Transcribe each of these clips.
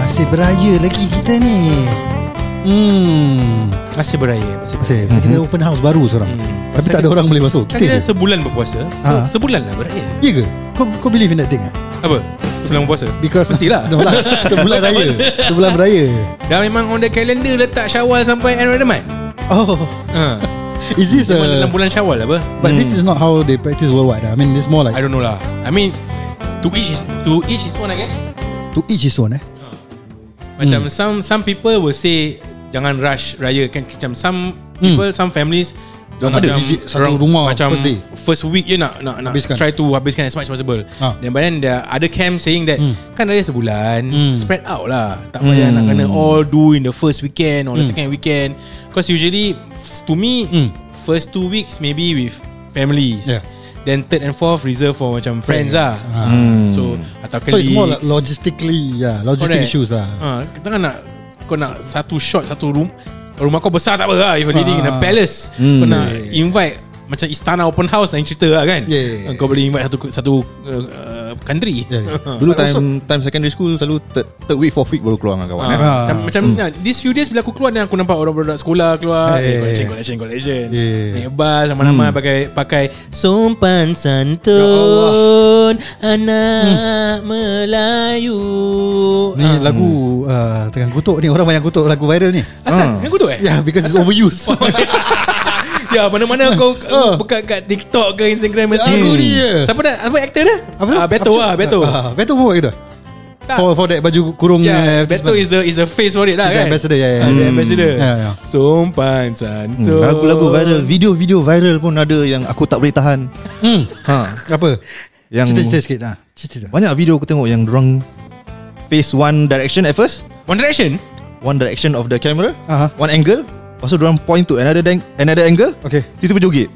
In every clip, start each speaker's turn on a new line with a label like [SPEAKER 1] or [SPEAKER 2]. [SPEAKER 1] Masih beraya lagi kita ni
[SPEAKER 2] Hmm, masih beraya, masih
[SPEAKER 1] Masih mm-hmm. Kita ada open house baru seorang
[SPEAKER 2] Hmm.
[SPEAKER 1] hmm. Tapi tak ada orang boleh masuk
[SPEAKER 2] Kan
[SPEAKER 1] Kita
[SPEAKER 2] kita
[SPEAKER 1] je
[SPEAKER 2] sebulan berpuasa so,
[SPEAKER 1] Ha.
[SPEAKER 2] Sebulan lah beraya
[SPEAKER 1] Ya ke? Kau, kau believe in that thing eh?
[SPEAKER 2] Apa? Sebulan berpuasa
[SPEAKER 1] Because
[SPEAKER 2] Mestilah.
[SPEAKER 1] no lah Sebulan raya Sebulan beraya
[SPEAKER 2] Dah memang on the calendar Letak syawal sampai end Ramadan
[SPEAKER 1] Oh
[SPEAKER 2] ha.
[SPEAKER 1] Is this
[SPEAKER 2] Cuma dalam
[SPEAKER 1] a
[SPEAKER 2] bulan syawal apa Hmm.
[SPEAKER 1] But this is not how they practice worldwide ah. I mean it's more
[SPEAKER 2] I
[SPEAKER 1] like
[SPEAKER 2] don't know lah I mean To each is To each is own I guess
[SPEAKER 1] To each his own eh
[SPEAKER 2] Macam
[SPEAKER 1] Hmm.
[SPEAKER 2] some some people will say Jangan rush raya kan Macam some people Some families
[SPEAKER 1] Dorang Hmm. ada visit satu
[SPEAKER 2] dorang
[SPEAKER 1] rumah
[SPEAKER 2] macam
[SPEAKER 1] first day.
[SPEAKER 2] First week je nak nak, nak
[SPEAKER 1] Habiskan.
[SPEAKER 2] try to habiskan as much as possible.
[SPEAKER 1] Ha.
[SPEAKER 2] Then but then the other camp saying that
[SPEAKER 1] Hmm.
[SPEAKER 2] kan raya sebulan
[SPEAKER 1] Hmm.
[SPEAKER 2] spread out lah. Tak payah
[SPEAKER 1] Hmm.
[SPEAKER 2] nak kena all do in the first weekend or the second weekend. Cause usually f- to me
[SPEAKER 1] Hmm.
[SPEAKER 2] first two weeks maybe with families.
[SPEAKER 1] Yeah.
[SPEAKER 2] Then third and fourth reserved for macam friends, lah.
[SPEAKER 1] Ah.
[SPEAKER 2] So atau
[SPEAKER 1] So it's more like
[SPEAKER 2] colleagues.
[SPEAKER 1] logistically yeah, Logistic
[SPEAKER 2] Correct.
[SPEAKER 1] issues lah
[SPEAKER 2] Ha, kita kan nak kau nak satu shot satu room. Rumah kau besar tak apa lah If anything in
[SPEAKER 1] Ah.
[SPEAKER 2] a palace
[SPEAKER 3] Hmm.
[SPEAKER 2] Kau nak invite Macam istana open house Yang cerita lah kan
[SPEAKER 1] Yeah, yeah, yeah.
[SPEAKER 2] Kau boleh invite satu satu uh, uh, country
[SPEAKER 1] Yeah, yeah.
[SPEAKER 3] Dulu time time secondary school selalu third, third week fourth week baru keluar dengan kawan.
[SPEAKER 2] Ah,
[SPEAKER 3] eh.
[SPEAKER 2] Macam, macam nah, These few days Bila aku keluar Dan aku nampak orang-orang sekolah Keluar
[SPEAKER 1] Hmm. Yeah, yeah,
[SPEAKER 2] eh, Collection
[SPEAKER 1] yeah.
[SPEAKER 2] collection collection
[SPEAKER 1] Yeah. Hmm.
[SPEAKER 2] Naik bas Ramai-ramai pakai Pakai
[SPEAKER 1] Ya
[SPEAKER 2] Sumpan santun Anak Melayu
[SPEAKER 1] Ni
[SPEAKER 2] Ah.
[SPEAKER 1] lagu uh, Tengah kutuk ni Orang banyak kutuk lagu viral ni
[SPEAKER 2] Asal Yang aku tu eh
[SPEAKER 1] Yeah because it's overuse
[SPEAKER 2] Ya mana-mana kau uh. buka kat TikTok ke Instagram mesti
[SPEAKER 1] Ah. Lagu dia.
[SPEAKER 2] Siapa dah apa actor dah?
[SPEAKER 1] Apa tu?
[SPEAKER 2] Ah, Beto
[SPEAKER 1] Apa tu?
[SPEAKER 2] ah, Beto.
[SPEAKER 1] Ah, Beto pun buat gitu.
[SPEAKER 2] Tak.
[SPEAKER 1] For for that baju kurung
[SPEAKER 2] Ya,
[SPEAKER 1] eh,
[SPEAKER 2] Beto is the is the face for it lah
[SPEAKER 1] He's the
[SPEAKER 2] kan.
[SPEAKER 1] ambassador, ya, ya.
[SPEAKER 2] Ah, the
[SPEAKER 1] Hmm.
[SPEAKER 2] ambassador.
[SPEAKER 1] Ya, ya.
[SPEAKER 2] Sumpan santun.
[SPEAKER 3] Hmm, Lagu-lagu viral, video-video viral pun ada yang aku tak boleh tahan.
[SPEAKER 1] hmm.
[SPEAKER 3] Ha.
[SPEAKER 1] Apa?
[SPEAKER 3] Yang
[SPEAKER 1] Cerita-cerita sikit ah. Cerita.
[SPEAKER 3] banyak video aku tengok yang drunk face one direction at first,
[SPEAKER 2] One Direction.
[SPEAKER 3] one direction of the camera,
[SPEAKER 1] Aha.
[SPEAKER 3] one angle, lepas tu orang point to another dang- another angle.
[SPEAKER 1] Okay.
[SPEAKER 3] Tiba-tiba joget.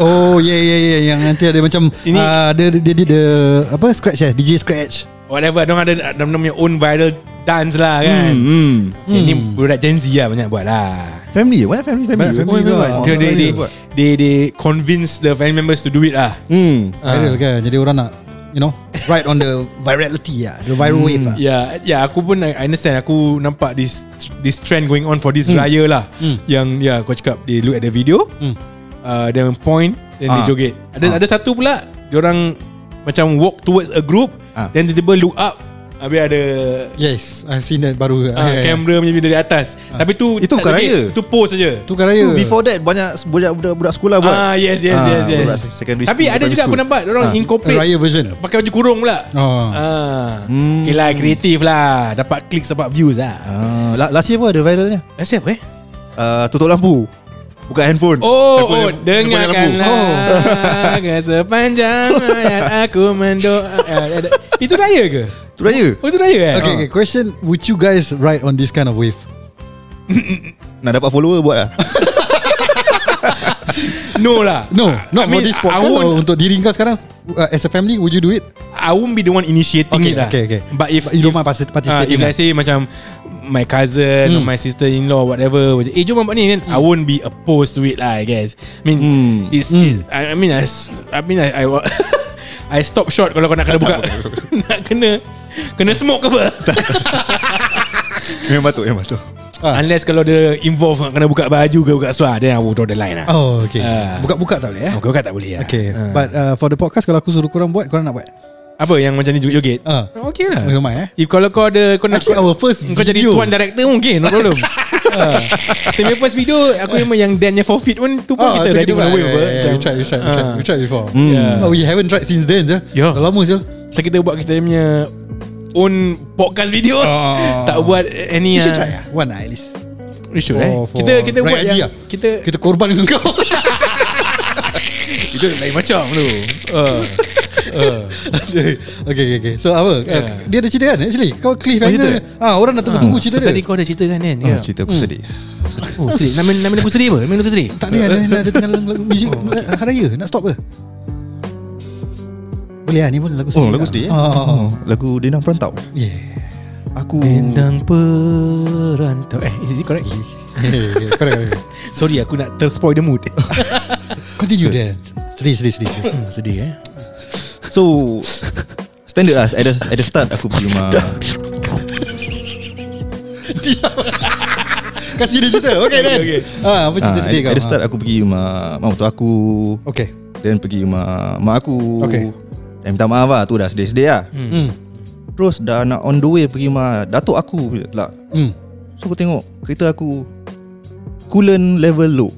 [SPEAKER 1] Oh ya yeah, ya yeah, ya yeah. yang nanti ada macam
[SPEAKER 2] Ini-
[SPEAKER 1] ah, dia dia dia dia apa scratch eh DJ scratch.
[SPEAKER 2] Whatever, dong ada ada punya own viral dance lah
[SPEAKER 3] Hmm.
[SPEAKER 2] kan.
[SPEAKER 3] hmm.
[SPEAKER 2] Okay, Ni budak Gen Z lah banyak buat lah.
[SPEAKER 3] Family, why family family?
[SPEAKER 1] Banyak family
[SPEAKER 3] Oh,
[SPEAKER 1] juga.
[SPEAKER 3] memang.
[SPEAKER 1] Oh,
[SPEAKER 2] Dia-
[SPEAKER 1] viral
[SPEAKER 2] They they
[SPEAKER 1] buat.
[SPEAKER 2] they they convince the family members to do it lah.
[SPEAKER 3] Hmm.
[SPEAKER 2] Ah.
[SPEAKER 1] Viral kan. Jadi orang nak you know ride on the virality ya, the
[SPEAKER 3] Hmm.
[SPEAKER 1] viral wave ah.
[SPEAKER 2] Ya, yeah, yeah, aku pun I understand. Aku nampak this this trend going on for this
[SPEAKER 3] Hmm.
[SPEAKER 2] mm. raya lah.
[SPEAKER 1] Mm.
[SPEAKER 2] Mm. Yang ya yeah, kau cakap they look at the video,
[SPEAKER 1] Mm.
[SPEAKER 2] mm. uh, then point, then they
[SPEAKER 3] Ah.
[SPEAKER 2] joget. Ada ada satu pula, orang macam walk towards a group,
[SPEAKER 3] Ah.
[SPEAKER 2] then tiba-tiba look up. Habis ada
[SPEAKER 1] Yes, I've seen that baru.
[SPEAKER 3] Ah,
[SPEAKER 2] uh, kamera punya video dari atas. Tapi tu
[SPEAKER 3] ya, Itu bukan
[SPEAKER 2] tak joget,
[SPEAKER 3] raya.
[SPEAKER 2] Itu pose saja.
[SPEAKER 1] Tu kan raya.
[SPEAKER 3] Tu Before that banyak budak- budak-budak sekolah buat.
[SPEAKER 2] Ah yes yes
[SPEAKER 3] Ah,
[SPEAKER 2] yes yes.
[SPEAKER 3] budak secondary
[SPEAKER 2] Tapi
[SPEAKER 3] school,
[SPEAKER 2] ada juga
[SPEAKER 3] primary
[SPEAKER 2] aku
[SPEAKER 3] school.
[SPEAKER 2] nampak orang
[SPEAKER 3] Ah.
[SPEAKER 2] incorporate
[SPEAKER 1] Raya version.
[SPEAKER 2] pakai baju kurung pula.
[SPEAKER 1] Oh.
[SPEAKER 2] Ah.
[SPEAKER 3] Hmm.
[SPEAKER 2] Okay lah kreatif lah Dapat click dapat views lah
[SPEAKER 3] Ah, la- last year pun ada viralnya.
[SPEAKER 2] Dah siap eh
[SPEAKER 3] Uh, tutup lampu. Buka handphone.
[SPEAKER 2] Oh,
[SPEAKER 3] Handphone
[SPEAKER 2] oh
[SPEAKER 3] yang- yang
[SPEAKER 2] dengarkanlah
[SPEAKER 3] banyak lampu.
[SPEAKER 2] oh. Sepanjang hayat aku mendoa Eh, ada- Itu raya ke?
[SPEAKER 3] Tu raya.
[SPEAKER 2] Oh itu raya eh?
[SPEAKER 1] Okay, okay, question Would you guys ride on this kind of wave?
[SPEAKER 3] Nak dapat follower buat lah.
[SPEAKER 2] No lah
[SPEAKER 1] No, not
[SPEAKER 2] I
[SPEAKER 1] Ah.
[SPEAKER 2] mean,
[SPEAKER 1] for this
[SPEAKER 2] I
[SPEAKER 1] podcast
[SPEAKER 2] won't,
[SPEAKER 1] or Untuk diri kau sekarang uh, As a family, would you do it?
[SPEAKER 2] I won't be the one initiating
[SPEAKER 1] Okay,
[SPEAKER 2] it lah
[SPEAKER 1] okay, okay.
[SPEAKER 2] But if,
[SPEAKER 1] But you
[SPEAKER 2] if
[SPEAKER 1] don't mind partic-
[SPEAKER 2] Ah,
[SPEAKER 1] participating
[SPEAKER 2] if let's say macam My cousin or My sister-in-law Whatever macam, Eh jom buat ni kan I won't be opposed to it lah I guess I mean
[SPEAKER 3] Hmm.
[SPEAKER 2] It's It, I, I mean I, s- I mean I, I, wa- I stop short Kalau kau nak kena buka Nak kena Kena smoke ke apa
[SPEAKER 3] memang patut, memang patut.
[SPEAKER 1] Ah.
[SPEAKER 2] Unless kalau dia involve Nak kena buka baju ke Buka seluar Then I will draw the line lah
[SPEAKER 1] Oh, okay
[SPEAKER 2] Ah.
[SPEAKER 1] Buka-buka tak boleh eh?
[SPEAKER 2] Buka-buka tak boleh lah
[SPEAKER 1] Okay,
[SPEAKER 2] Ah.
[SPEAKER 1] but uh, for the podcast Kalau aku suruh korang buat Korang nak buat?
[SPEAKER 2] Apa yang macam ni joget-joget
[SPEAKER 1] Ah.
[SPEAKER 2] Okay lah
[SPEAKER 1] I don't mind, eh.
[SPEAKER 2] If kalau kau ada Kau nak
[SPEAKER 1] Actually, our first
[SPEAKER 2] Kau jadi
[SPEAKER 1] video.
[SPEAKER 2] tuan director mungkin No problem uh, Tapi first video Aku memang yang Dan yang forfeit pun Tu pun
[SPEAKER 1] Eh. Ah,
[SPEAKER 2] kita
[SPEAKER 1] tu
[SPEAKER 2] ready
[SPEAKER 1] buat.
[SPEAKER 2] guna wave
[SPEAKER 1] Yeah, yeah,
[SPEAKER 2] apa.
[SPEAKER 1] yeah.
[SPEAKER 2] Macam-
[SPEAKER 1] We tried, we tried, we
[SPEAKER 2] Ah.
[SPEAKER 1] tried, we tried before
[SPEAKER 2] Yeah.
[SPEAKER 1] Oh, we haven't tried since then je
[SPEAKER 2] Yeah.
[SPEAKER 1] Dah lama je
[SPEAKER 2] So kita buat kita punya Own podcast video
[SPEAKER 1] Ah.
[SPEAKER 2] Tak buat any
[SPEAKER 1] You should
[SPEAKER 2] ah,
[SPEAKER 1] try lah One lah at least
[SPEAKER 2] We should eh
[SPEAKER 1] For- for
[SPEAKER 2] Kita kita
[SPEAKER 1] Raya
[SPEAKER 2] buat
[SPEAKER 1] Haji
[SPEAKER 2] yang
[SPEAKER 1] lah.
[SPEAKER 2] Kita
[SPEAKER 1] Kita korban dengan kau
[SPEAKER 2] Kita lain macam tu Ah.
[SPEAKER 1] Okay, okay, okay So apa?
[SPEAKER 2] Yeah.
[SPEAKER 1] Uh, Dia ada cerita kan actually Kau cliffhanger
[SPEAKER 3] cerita?
[SPEAKER 1] Ah, Orang nak tunggu-tunggu
[SPEAKER 2] So
[SPEAKER 1] cerita dia
[SPEAKER 2] tadi
[SPEAKER 1] Ah,
[SPEAKER 2] kau ada cerita kan kan
[SPEAKER 3] Yeah.
[SPEAKER 2] Ya.
[SPEAKER 3] Oh, cerita aku sedih.
[SPEAKER 2] Oh sedih Nama nama lagu sedih apa? Nama lagu sedih
[SPEAKER 1] Tak ada ada, ada tengah lagu muzik
[SPEAKER 2] Oh.
[SPEAKER 1] Hari Raya Nak stop ke? Boleh lah ni pun lagu
[SPEAKER 3] Oh,
[SPEAKER 1] sedih
[SPEAKER 3] lagu
[SPEAKER 1] lah.
[SPEAKER 3] sedih eh?
[SPEAKER 1] Oh,
[SPEAKER 3] Oh, lagu Dendang Perantau.
[SPEAKER 1] Yeah
[SPEAKER 3] Aku
[SPEAKER 2] Dendang perantau Eh is it correct?
[SPEAKER 1] Yeah, Eh, correct, correct.
[SPEAKER 2] Sorry aku nak terspoil the mood
[SPEAKER 1] Continue there Sedih sedih sedih sedih.
[SPEAKER 2] Hmm, Sedih eh
[SPEAKER 3] So Standard lah At the, at the start Aku pergi rumah
[SPEAKER 1] Kasih dia cerita Okay then
[SPEAKER 2] Okay, okay.
[SPEAKER 1] Ah, Apa cerita
[SPEAKER 3] Ah,
[SPEAKER 1] sedih
[SPEAKER 3] at,
[SPEAKER 1] kau Ah.
[SPEAKER 3] at the start aku pergi rumah mak mertua aku
[SPEAKER 1] Okay
[SPEAKER 3] Then pergi rumah mak aku
[SPEAKER 1] Okay.
[SPEAKER 3] Dan minta maaf lah Tu dah sedih-sedih lah
[SPEAKER 1] Hmm
[SPEAKER 3] Terus dah nak on the way pergi rumah Datuk aku pula lah.
[SPEAKER 1] Hmm
[SPEAKER 3] So aku tengok Kereta aku Coolant level low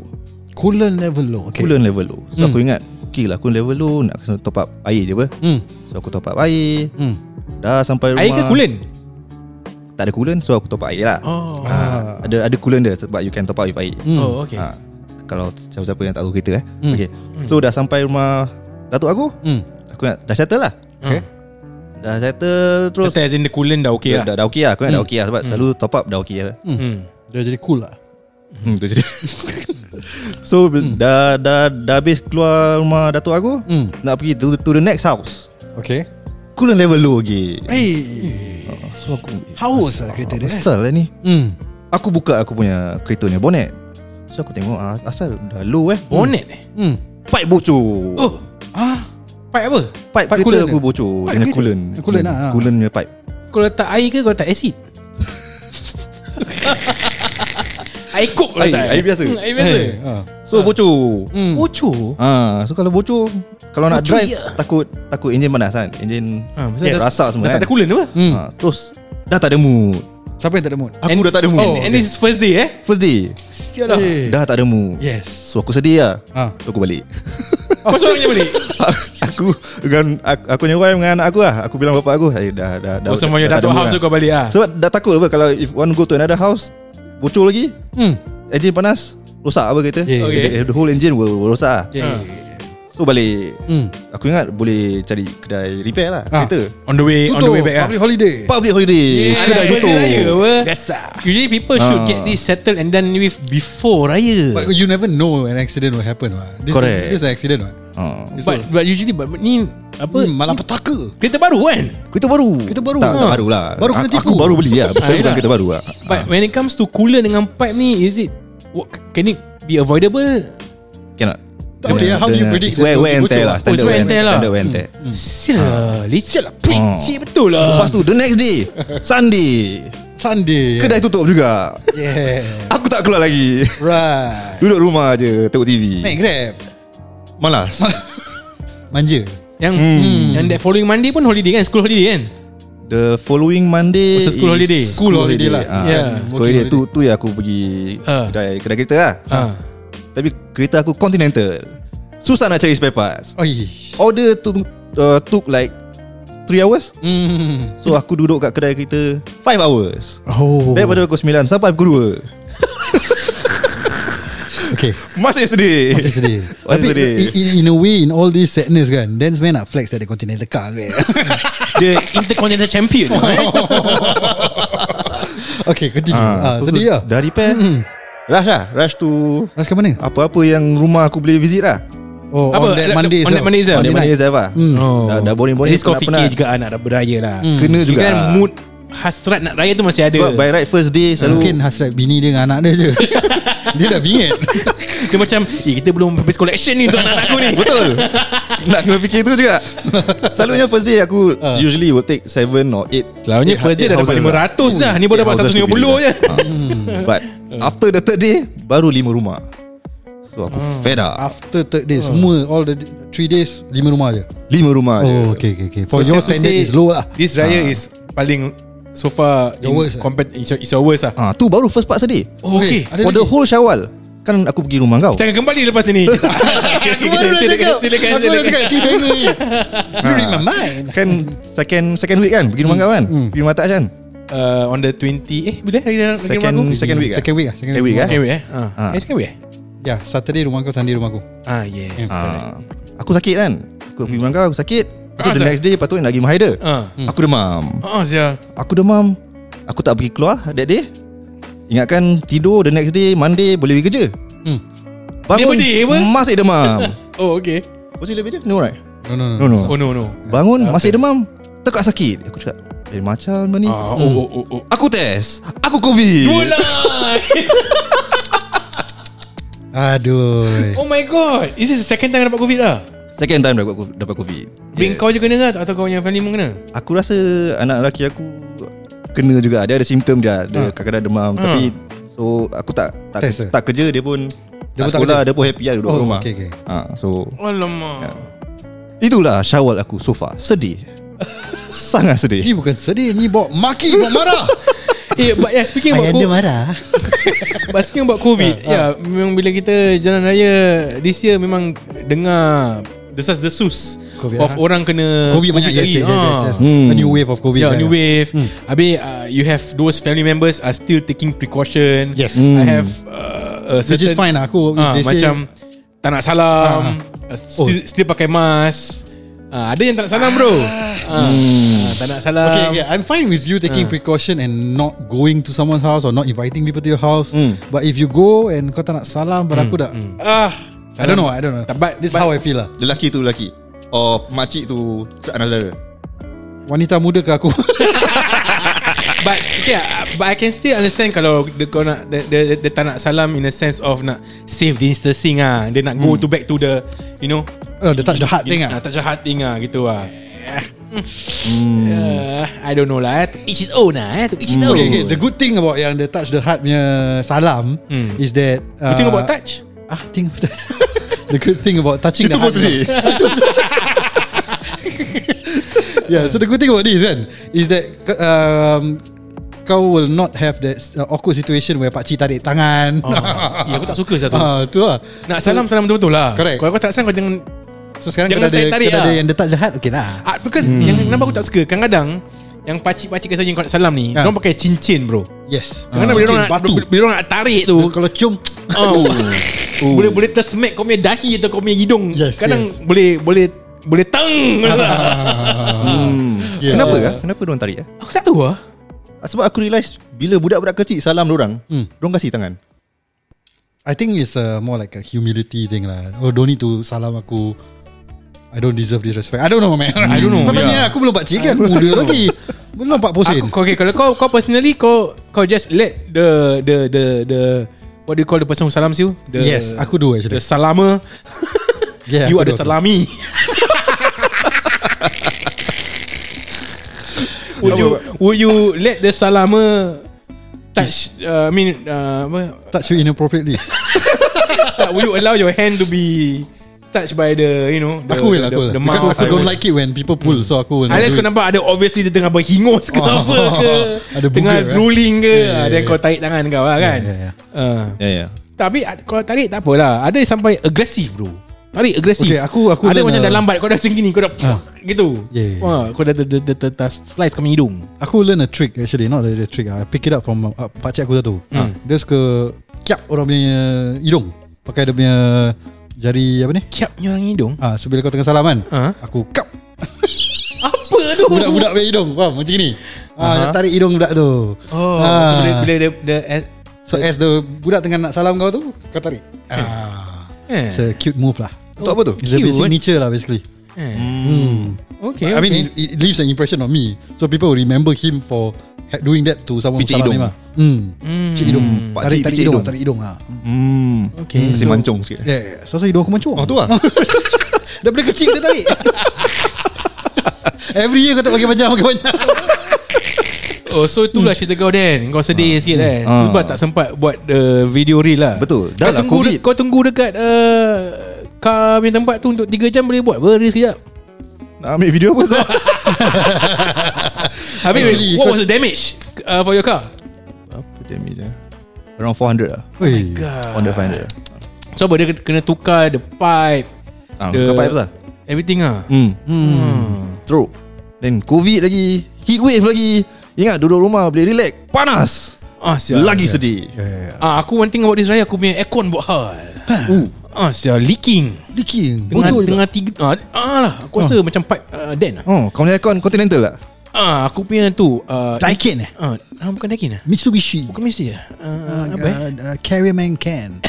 [SPEAKER 1] Coolant level low
[SPEAKER 3] okay.
[SPEAKER 1] Okay
[SPEAKER 3] Coolant level low So
[SPEAKER 1] Hmm.
[SPEAKER 3] aku ingat Okay lah coolant level low Nak kena top up air je apa
[SPEAKER 1] Hmm
[SPEAKER 3] So aku top up air
[SPEAKER 1] Hmm
[SPEAKER 3] Dah sampai rumah
[SPEAKER 2] Air ke coolant?
[SPEAKER 3] Tak ada coolant So aku top up air lah
[SPEAKER 2] Oh.
[SPEAKER 3] Ah, ada ada coolant dia sebab you can top up with air.
[SPEAKER 1] Hmm.
[SPEAKER 2] Oh, okay.
[SPEAKER 3] Ha, kalau siapa-siapa yang tak tahu kereta eh.
[SPEAKER 1] Hmm.
[SPEAKER 3] Okay. So dah sampai rumah datuk aku,
[SPEAKER 1] Hmm
[SPEAKER 3] aku nak dah settle lah.
[SPEAKER 1] Okay
[SPEAKER 3] Dah settle terus.
[SPEAKER 2] Serta as in the coolant dah okay
[SPEAKER 3] Dah,
[SPEAKER 2] lah.
[SPEAKER 3] dah, dah okey lah, aku nak dah okey lah sebab selalu top up dah okey lah.
[SPEAKER 2] Hmm.
[SPEAKER 1] Dia jadi cool lah
[SPEAKER 3] Hmm, tu jadi. so dah, dah dah habis keluar rumah datuk aku,
[SPEAKER 1] Hmm
[SPEAKER 3] nak pergi to, to the next house.
[SPEAKER 1] Okay
[SPEAKER 3] Coolant level low lagi.
[SPEAKER 1] Hey
[SPEAKER 3] So aku
[SPEAKER 1] Haus lah kereta Eh, dia, eh?
[SPEAKER 3] Asal lah ni.
[SPEAKER 1] Hmm
[SPEAKER 3] Aku buka aku punya kereta ni bonnet. So aku tengok ah, asal dah low eh.
[SPEAKER 2] Bonnet eh?
[SPEAKER 1] Hmm
[SPEAKER 3] Pipe bocor.
[SPEAKER 2] Oh. Ah. Pipe apa?
[SPEAKER 3] Pipe,
[SPEAKER 1] Pipe
[SPEAKER 3] pipe
[SPEAKER 1] coolant
[SPEAKER 3] kereta aku
[SPEAKER 1] dia?
[SPEAKER 3] bocor
[SPEAKER 1] Pipe
[SPEAKER 3] dengan
[SPEAKER 1] kereta?
[SPEAKER 3] coolant.
[SPEAKER 1] Coolant lah,
[SPEAKER 2] ah.
[SPEAKER 1] ha.
[SPEAKER 3] Coolant punya pipe.
[SPEAKER 2] Kau letak air ke kau letak asid? air kok
[SPEAKER 3] Air-
[SPEAKER 2] letak
[SPEAKER 3] air biasa.
[SPEAKER 2] Air biasa. Eh.
[SPEAKER 1] Hey, ah.
[SPEAKER 3] So bocor.
[SPEAKER 1] Hmm
[SPEAKER 2] Bocor.
[SPEAKER 3] Ah, so kalau bocor kalau nak
[SPEAKER 2] Bocor,
[SPEAKER 3] drive
[SPEAKER 2] ya.
[SPEAKER 3] takut takut enjin panas kan. Enjin
[SPEAKER 2] Ha, pasal
[SPEAKER 3] yes.
[SPEAKER 2] dah-
[SPEAKER 3] rasak semua
[SPEAKER 2] Dah tak
[SPEAKER 3] kan.
[SPEAKER 2] ada coolant apa?
[SPEAKER 1] Hmm Ah.
[SPEAKER 3] Ah, terus dah tak ada mood.
[SPEAKER 1] Siapa yang tak ada mood
[SPEAKER 3] Aku
[SPEAKER 2] And-
[SPEAKER 3] dah tak ada mood.
[SPEAKER 2] Oh, and this is first day eh?
[SPEAKER 3] First day
[SPEAKER 2] Sial lah.
[SPEAKER 1] Eh.
[SPEAKER 3] dah tak ada mood.
[SPEAKER 1] Yes
[SPEAKER 3] So aku sedih lah.
[SPEAKER 1] Ah.
[SPEAKER 3] So, aku balik.
[SPEAKER 2] Kau seorang je balik.
[SPEAKER 3] aku dengan aku, aku nyewa dengan anak aku lah. Aku bilang bapak aku, "Eh, dah dah dah."
[SPEAKER 2] Kau sama
[SPEAKER 3] dah,
[SPEAKER 2] your
[SPEAKER 3] tak
[SPEAKER 2] Oh,
[SPEAKER 3] ada
[SPEAKER 2] datuk
[SPEAKER 3] mood
[SPEAKER 2] house tu
[SPEAKER 3] lah."
[SPEAKER 2] kau balik ah.
[SPEAKER 3] Sebab dah takut apa kalau if one go to another house bocor lagi,
[SPEAKER 1] Hmm
[SPEAKER 3] enjin panas, rosak apa kereta. Eh,
[SPEAKER 1] Yeah.
[SPEAKER 2] Okay.
[SPEAKER 3] The, the whole engine will, will rosak. lah.
[SPEAKER 1] Yeah
[SPEAKER 3] So balik
[SPEAKER 1] Hmm
[SPEAKER 3] Aku ingat boleh cari kedai repair lah
[SPEAKER 1] Ah.
[SPEAKER 3] ha. Kereta
[SPEAKER 2] On the way, on the way back ah.
[SPEAKER 1] Public holiday
[SPEAKER 3] Public holiday yeah, Kedai
[SPEAKER 2] anak
[SPEAKER 3] tutup
[SPEAKER 2] raya apa?
[SPEAKER 1] Biasa
[SPEAKER 2] Usually people should
[SPEAKER 3] Ah.
[SPEAKER 2] get this settled and done with before raya.
[SPEAKER 1] But you never know an accident will happen what. This
[SPEAKER 3] Correct.
[SPEAKER 1] is this is an accident what.
[SPEAKER 3] oh.
[SPEAKER 2] But, but usually but, but ni apa?
[SPEAKER 1] Hmm, malapetaka.
[SPEAKER 2] Kereta baru kan?
[SPEAKER 3] Kereta baru
[SPEAKER 1] Kereta baru.
[SPEAKER 3] Tak, tak
[SPEAKER 1] Ha.
[SPEAKER 3] baru lah
[SPEAKER 1] Baru kena
[SPEAKER 3] Aku- Aku
[SPEAKER 1] tipu. ya.
[SPEAKER 3] baru beli lah Betul
[SPEAKER 2] Ah,
[SPEAKER 3] bukan
[SPEAKER 2] yelah.
[SPEAKER 3] kereta baru lah
[SPEAKER 2] But when it comes to coolant dengan pipe ni is it what, can it be avoidable?
[SPEAKER 3] Cannot
[SPEAKER 1] Tak boleh lah. How do you predict
[SPEAKER 3] It's wear,
[SPEAKER 1] that
[SPEAKER 3] wear and
[SPEAKER 1] bocor
[SPEAKER 3] tear
[SPEAKER 1] lah?
[SPEAKER 3] lah
[SPEAKER 1] Oh,
[SPEAKER 3] Standard
[SPEAKER 2] it's wear and tear lah.
[SPEAKER 3] Standard wear and tear
[SPEAKER 2] Sial lah Licit lah
[SPEAKER 3] Hmm. Ah.
[SPEAKER 2] Picit betul lah
[SPEAKER 3] Lepas tu the next day Sunday
[SPEAKER 1] Sunday.
[SPEAKER 3] Kedai tutup juga
[SPEAKER 1] Yeah.
[SPEAKER 3] Aku tak keluar lagi
[SPEAKER 1] Right.
[SPEAKER 3] Duduk rumah je Tengok TV
[SPEAKER 1] Naik Grab.
[SPEAKER 3] Malas
[SPEAKER 1] Manja.
[SPEAKER 2] Yang
[SPEAKER 3] Hmm.
[SPEAKER 2] hmm, yang that following Monday pun holiday kan School holiday kan
[SPEAKER 3] The following Monday
[SPEAKER 2] Pasal school
[SPEAKER 3] is
[SPEAKER 2] holiday.
[SPEAKER 1] School holiday lah.
[SPEAKER 3] Ah,
[SPEAKER 2] Yeah.
[SPEAKER 3] School
[SPEAKER 1] Working
[SPEAKER 3] holiday tu, tu yang aku pergi
[SPEAKER 2] Ah.
[SPEAKER 3] kedai, kedai kereta lah
[SPEAKER 2] Ah.
[SPEAKER 3] Tapi kereta aku Continental Susah nak cari spare parts
[SPEAKER 1] Oi.
[SPEAKER 3] Order tu uh, took like 3 hours
[SPEAKER 1] Hmm.
[SPEAKER 3] So aku duduk kat kedai kereta 5 hours
[SPEAKER 1] Oh.
[SPEAKER 3] Daripada pukul 9 sampai pukul 2
[SPEAKER 1] Okay.
[SPEAKER 3] Masih sedih
[SPEAKER 1] Masih sedih.
[SPEAKER 3] Masih
[SPEAKER 1] Tapi
[SPEAKER 3] sedih
[SPEAKER 1] in, in, in a way in all this sadness kan, then sebenarnya nak flex that the continental car sebenarnya.
[SPEAKER 2] The Intercontinental Champion right?
[SPEAKER 1] okay, continue. Ah,
[SPEAKER 3] Ah, so
[SPEAKER 1] sedih lah.
[SPEAKER 3] Dah repair
[SPEAKER 1] Mm-mm.
[SPEAKER 3] Rush lah Rush to
[SPEAKER 1] Ras ke mana?
[SPEAKER 3] Apa-apa yang rumah aku boleh visit lah
[SPEAKER 1] Oh, on
[SPEAKER 2] Apa?
[SPEAKER 1] that
[SPEAKER 2] Like,
[SPEAKER 1] Monday
[SPEAKER 2] on that
[SPEAKER 1] itself.
[SPEAKER 2] Monday itself.
[SPEAKER 1] On that
[SPEAKER 3] Monday Monday
[SPEAKER 1] Monday
[SPEAKER 3] Zaf lah Dah, dah boring-boring
[SPEAKER 2] At least kau fikir
[SPEAKER 3] penat-penat.
[SPEAKER 2] juga ah, Nak beraya lah
[SPEAKER 3] Kena juga
[SPEAKER 2] Kan
[SPEAKER 3] lah.
[SPEAKER 2] mood Hasrat nak raya tu masih ada
[SPEAKER 3] Sebab by right first day Selalu
[SPEAKER 1] Mungkin hasrat bini dia dengan anak dia je. dia dah bingit.
[SPEAKER 2] Dia macam Eh kita belum habis collection ni Untuk anak-anak aku ni
[SPEAKER 3] Betul Nak kena fikir tu juga Selalunya first day aku uh. Usually will take 7 or 8
[SPEAKER 2] Ha. Selalunya first day dah dapat 500 dah Ni baru dapat 150 je
[SPEAKER 3] Ha.
[SPEAKER 2] Hmm.
[SPEAKER 3] But After the third day Baru 5 rumah So aku
[SPEAKER 2] Hmm.
[SPEAKER 3] fed up
[SPEAKER 1] After third day Semua all the Three days Lima rumah je
[SPEAKER 3] 5 rumah je
[SPEAKER 1] Oh okay okay okay For
[SPEAKER 2] So,
[SPEAKER 1] your
[SPEAKER 2] safe to
[SPEAKER 1] standard
[SPEAKER 2] say,
[SPEAKER 1] is low lah
[SPEAKER 2] This raya is Paling So far
[SPEAKER 1] Your
[SPEAKER 2] in
[SPEAKER 1] worst, eh?
[SPEAKER 2] compared- It's your- it's your worst lah
[SPEAKER 3] Ah, tu baru first part sedih.
[SPEAKER 2] Oh, okay.
[SPEAKER 1] Ada
[SPEAKER 3] For the
[SPEAKER 1] lagi?
[SPEAKER 3] whole Syawal kan aku pergi rumah kau.
[SPEAKER 2] Kita akan kembali lepas ini Aku
[SPEAKER 1] Baru nak
[SPEAKER 2] Silakan
[SPEAKER 1] cakap.
[SPEAKER 2] Silakan
[SPEAKER 1] Aku baru nak
[SPEAKER 2] Silakan Ha.
[SPEAKER 1] cakap Three days only You read my mind
[SPEAKER 3] Kan second second week kan pergi rumah kau kan? Pergi rumah tak kan?
[SPEAKER 2] Uh, On the 20 Eh bila hari dah- hari
[SPEAKER 3] Second
[SPEAKER 2] Hmm. rumah aku?
[SPEAKER 3] second week.
[SPEAKER 1] Second week lah
[SPEAKER 3] Second week, eh?
[SPEAKER 2] ah? Second week eh Ah.
[SPEAKER 3] Ah.
[SPEAKER 2] Eh second week eh
[SPEAKER 1] Ya Saturday rumah kau Sunday rumah aku
[SPEAKER 2] Ah yes
[SPEAKER 3] Ah, aku sakit kan? Aku pergi rumah kau aku sakit.
[SPEAKER 2] Ah,
[SPEAKER 3] So the
[SPEAKER 2] sir.
[SPEAKER 3] next day patut nak pergi Mahaida.
[SPEAKER 2] Ah.
[SPEAKER 3] Aku demam.
[SPEAKER 2] Oh Zia
[SPEAKER 3] Aku demam. Aku tak pergi keluar that day. Ingatkan tidur the next day Monday boleh pergi kerja.
[SPEAKER 1] Hmm.
[SPEAKER 3] Bangun
[SPEAKER 2] Dia berdeh apa?
[SPEAKER 3] masih demam.
[SPEAKER 2] Oh okay
[SPEAKER 3] Was it lebih dia? No right?
[SPEAKER 1] No no no
[SPEAKER 3] No no.
[SPEAKER 2] Oh no no
[SPEAKER 3] Bangun masih demam. Tekak sakit. Aku cakap, "Eh macam mana ni?"
[SPEAKER 2] Ah, Oh oh oh oh
[SPEAKER 3] Aku test. Aku COVID.
[SPEAKER 2] Bola
[SPEAKER 1] Aduh
[SPEAKER 2] Oh my god Is this the second time dapat covid lah
[SPEAKER 3] Second time dapat dapat COVID.
[SPEAKER 2] Bing kau je kena ke Atau kau punya family pun kena
[SPEAKER 3] Aku rasa anak lelaki aku kena juga Dia ada simptom dia Dia kadang-kadang demam Tapi So aku tak tak,
[SPEAKER 1] Test dia.
[SPEAKER 3] tak kerja dia pun
[SPEAKER 1] Dia pun
[SPEAKER 3] Dia tak
[SPEAKER 1] tak
[SPEAKER 3] sekolah
[SPEAKER 1] kerja?
[SPEAKER 3] Dia pun happy lah duduk
[SPEAKER 1] Oh,
[SPEAKER 3] oh, rumah
[SPEAKER 1] okay, okay.
[SPEAKER 3] Ha, So
[SPEAKER 2] Alamak
[SPEAKER 3] Itulah syawal aku so far Sedih Sangat sedih
[SPEAKER 1] Ni bukan sedih Ni bawa maki Bawa marah
[SPEAKER 2] Eh but yeah, speaking about COVID
[SPEAKER 1] marah
[SPEAKER 2] But speaking about COVID Ya yeah, Memang bila kita Jalan raya This year memang Dengar Desas-desus
[SPEAKER 1] COVID,
[SPEAKER 2] Of
[SPEAKER 1] ah.
[SPEAKER 2] orang kena ah.
[SPEAKER 1] Covid banyak yes,
[SPEAKER 2] lagi.
[SPEAKER 1] yes, yes, yes, yes.
[SPEAKER 3] Hmm.
[SPEAKER 1] A new wave of Covid
[SPEAKER 2] Yeah,
[SPEAKER 1] lah,
[SPEAKER 2] Ya, new
[SPEAKER 1] yeah.
[SPEAKER 2] wave. Abi, uh, you have those family members are still taking precaution.
[SPEAKER 1] Yes.
[SPEAKER 2] I
[SPEAKER 3] Hmm.
[SPEAKER 2] have uh, a
[SPEAKER 1] Which
[SPEAKER 2] certain,
[SPEAKER 1] is fine lah Aku
[SPEAKER 2] Ah,
[SPEAKER 1] if they say- Ah,
[SPEAKER 2] macam tak nak salam, uh, still,
[SPEAKER 1] Oh.
[SPEAKER 2] still pakai mask. Ah, ada yang tak nak salam bro. Ah, ah, tak nak salam.
[SPEAKER 1] Hmm. Okay, okay, I'm fine with you
[SPEAKER 2] uh.
[SPEAKER 1] taking precaution and not going to someone's house or not inviting people to your house.
[SPEAKER 2] Hmm.
[SPEAKER 3] Mm.
[SPEAKER 1] But if you go and kau tak nak salam, but aku dah ah, I don't know, I don't know.
[SPEAKER 2] Tak, Hmm, but-
[SPEAKER 1] this is
[SPEAKER 2] but-
[SPEAKER 1] how I feel lah.
[SPEAKER 3] Lelaki tu lelaki Or makcik tu Anak saudara
[SPEAKER 1] Wanita muda ke aku?
[SPEAKER 2] But okay, ah, but I can still understand kalau dia kau nak dia, dia, dia tak nak salam in a sense of nak save distancing ah. Dia nak go to back to the you know
[SPEAKER 1] Hmm. oh, the touch the heart thing
[SPEAKER 2] Ah,
[SPEAKER 1] ah.
[SPEAKER 2] touch a hard thing ah gitu ah. Uh, I don't know lah eh. To each his own lah eh. To each his own.
[SPEAKER 1] Hmm. Okay, okay, the good thing about yang the touch the heart punya salam
[SPEAKER 2] Mm.
[SPEAKER 1] is that uh,
[SPEAKER 2] You think about touch?
[SPEAKER 1] Ah, think about touch. the good thing about touching the heart. Yeah, so the good thing about this kan is that um, kau will not have that uh, awkward situation where pakcik tarik tangan.
[SPEAKER 2] ya, aku tak suka satu.
[SPEAKER 1] Ah, tu lah.
[SPEAKER 2] Nak salam salam betul-betul lah.
[SPEAKER 1] Correct.
[SPEAKER 2] Kalau kau tak salam kau jangan
[SPEAKER 1] So sekarang kau dah
[SPEAKER 2] Jangan
[SPEAKER 1] ada,
[SPEAKER 2] tarik-tarik
[SPEAKER 1] kau dah ada
[SPEAKER 2] lah.
[SPEAKER 1] yang letak jahat, okay lah.
[SPEAKER 2] ah, because yang kenapa aku tak suka kadang-kadang yang pacik-pacik kat saya yang kau nak salam ni,
[SPEAKER 1] Ah.
[SPEAKER 2] ha. pakai cincin bro.
[SPEAKER 1] Yes. Ah,
[SPEAKER 2] Kadang-kadang bila orang nak, bila- bila orang nak tarik tu,
[SPEAKER 1] Kalau cium,
[SPEAKER 2] oh, boleh boleh tersmack kau punya dahi atau kau punya hidung.
[SPEAKER 1] Yes,
[SPEAKER 2] kadang
[SPEAKER 1] yes.
[SPEAKER 2] boleh boleh boleh teng.
[SPEAKER 3] hmm.
[SPEAKER 1] Yeah.
[SPEAKER 3] Kenapa
[SPEAKER 1] Yeah.
[SPEAKER 3] ah? Kenapa diorang tarik ah?
[SPEAKER 2] aku tak tahu ah.
[SPEAKER 3] Sebab aku realise Bila budak-budak kecil salam diorang
[SPEAKER 1] Hmm.
[SPEAKER 3] hmm. Diorang kasih tangan
[SPEAKER 1] I think it's uh, more like a humility thing lah. Oh, don't need to salam aku. I don't deserve this respect. I don't know, man. I
[SPEAKER 2] don't know,
[SPEAKER 1] Kau tanya
[SPEAKER 2] yeah.
[SPEAKER 1] aku belum pakcik kan? Muda lagi. Belum 40 sen.
[SPEAKER 2] Aku, okay, kalau kau kau personally kau kau just let the the the the what do you call the person who salams you? The,
[SPEAKER 1] Yes, aku do actually.
[SPEAKER 2] The salama.
[SPEAKER 1] Yeah,
[SPEAKER 2] you
[SPEAKER 1] aku
[SPEAKER 2] are
[SPEAKER 1] do,
[SPEAKER 2] the
[SPEAKER 1] aku do.
[SPEAKER 2] salami. would you would you let the salama touch? Uh, I mean, uh, apa?
[SPEAKER 1] Touch you inappropriately.
[SPEAKER 2] Uh, would you allow your hand to be touched by the you know? The,
[SPEAKER 1] aku will,
[SPEAKER 2] the,
[SPEAKER 1] aku will.
[SPEAKER 2] The, the
[SPEAKER 1] Because
[SPEAKER 2] mouth. Hmm.
[SPEAKER 1] aku
[SPEAKER 3] I
[SPEAKER 1] don't
[SPEAKER 3] will.
[SPEAKER 1] like it when people pull, so aku will not
[SPEAKER 2] Unless
[SPEAKER 1] do
[SPEAKER 2] kau
[SPEAKER 1] it.
[SPEAKER 2] nampak ada Obviously dia tengah berhingus ke
[SPEAKER 1] Oh.
[SPEAKER 2] apa ke
[SPEAKER 1] Ada bugil,
[SPEAKER 2] Tengah
[SPEAKER 1] eh?
[SPEAKER 2] drooling ke
[SPEAKER 1] Yeah,
[SPEAKER 2] yeah,
[SPEAKER 1] yeah,
[SPEAKER 2] Then
[SPEAKER 1] yeah.
[SPEAKER 2] kau tarik tangan kau lah kan
[SPEAKER 1] yeah, yeah.
[SPEAKER 2] Ah.
[SPEAKER 3] Ya ya
[SPEAKER 2] Tapi ah, kalau tarik tak apalah Ada yang sampai agresif bro Tarik agresif
[SPEAKER 1] Okay, aku- aku
[SPEAKER 2] Ada
[SPEAKER 1] learn,
[SPEAKER 2] macam
[SPEAKER 1] uh,
[SPEAKER 2] dah lambat Kau dah macam gini Kau dah gitu
[SPEAKER 1] Yeah, yeah,
[SPEAKER 2] Wah, Kau dah, dah, dah, dah, dah, dah slice kami hidung
[SPEAKER 1] Aku learn a trick actually Not really a trick ah. I pick it up from uh, Pakcik aku satu hmm. Dia suka Kiap orang punya hidung Pakai dia punya Jari apa ni
[SPEAKER 2] Kiap ni orang hidung
[SPEAKER 1] Ah, So bila kau tengah salam kan
[SPEAKER 2] Ah.
[SPEAKER 1] Aku kap
[SPEAKER 2] Apa tu
[SPEAKER 1] Budak-budak punya hidung Faham macam ni ah, dia Tarik hidung budak tu
[SPEAKER 2] Oh
[SPEAKER 1] Ah.
[SPEAKER 2] so bila, bila dia, dia,
[SPEAKER 1] eh.
[SPEAKER 2] dia
[SPEAKER 1] So as the Budak tengah nak salam kau tu Kau tarik ah.
[SPEAKER 2] eh,
[SPEAKER 1] It's a cute move lah
[SPEAKER 3] Oh, Untuk apa tu? Hmm.
[SPEAKER 1] It's a
[SPEAKER 2] Cute.
[SPEAKER 1] signature lah basically
[SPEAKER 2] eh. Okay,
[SPEAKER 1] I mean
[SPEAKER 2] okay.
[SPEAKER 1] it, it leaves an impression on me So people will remember him for ha- Doing that to someone who
[SPEAKER 3] Picit
[SPEAKER 1] salam
[SPEAKER 3] hidung.
[SPEAKER 1] him lah. Hmm.
[SPEAKER 2] Hmm.
[SPEAKER 1] Cik hidung
[SPEAKER 3] Pakcik
[SPEAKER 1] Tarik, tarik
[SPEAKER 3] picit
[SPEAKER 1] hidung
[SPEAKER 3] hidung.
[SPEAKER 1] Tarik hidung ah. Hmm.
[SPEAKER 3] Hmm
[SPEAKER 2] Okay.
[SPEAKER 3] Masih mancung sikit
[SPEAKER 1] Ya, yeah, yeah. Sasa hidung aku mancung
[SPEAKER 3] Oh tu lah
[SPEAKER 1] Daripada kecil dia tarik Every year kau tak pakai panjang Pakai panjang
[SPEAKER 2] Oh so itulah cerita kau Dan Kau sedih sikit eh
[SPEAKER 3] Hmm. Ah.
[SPEAKER 2] Sebab tak sempat buat uh, video reel lah
[SPEAKER 3] Betul.
[SPEAKER 2] Dah
[SPEAKER 3] Dah
[SPEAKER 2] kau tunggu
[SPEAKER 3] lah, COVID.
[SPEAKER 2] Kau tunggu dekat uh, Car punya tempat tu Untuk 3 jam boleh buat Beri sekejap
[SPEAKER 3] Nak ambil video apa Zah?
[SPEAKER 2] Habis
[SPEAKER 1] Actually,
[SPEAKER 2] What
[SPEAKER 1] kau-
[SPEAKER 2] was the damage uh, For your car
[SPEAKER 3] Apa damage dia Around 400 lah
[SPEAKER 1] Oi.
[SPEAKER 2] Oh God.
[SPEAKER 3] 400 500
[SPEAKER 2] So apa dia kena tukar The pipe
[SPEAKER 3] Ah,
[SPEAKER 2] the-
[SPEAKER 3] Kau pakai apa Zah?
[SPEAKER 2] Everything lah
[SPEAKER 3] Hmm
[SPEAKER 2] hmm.
[SPEAKER 3] Teruk Then covid lagi Heat wave lagi Ingat duduk rumah Boleh relax Panas
[SPEAKER 2] Ah sial
[SPEAKER 3] Lagi sedih
[SPEAKER 2] ah, Aku one thing about this raya Aku punya aircon buat hal
[SPEAKER 3] Uh,
[SPEAKER 2] Ah sial Leaking
[SPEAKER 1] Leaking
[SPEAKER 2] Tengah,
[SPEAKER 1] Bocor juga
[SPEAKER 2] tengah tiga ah, ah lah Aku rasa macam pipe uh, Dan lah
[SPEAKER 3] Oh, kau punya aircon continental lah
[SPEAKER 2] Ah aku punya tu uh,
[SPEAKER 1] Daikin eh
[SPEAKER 2] ah, ah, Bukan Daikin lah
[SPEAKER 1] Mitsubishi
[SPEAKER 2] Bukan mesti lah uh, Apa eh
[SPEAKER 1] uh, uh, Carryman can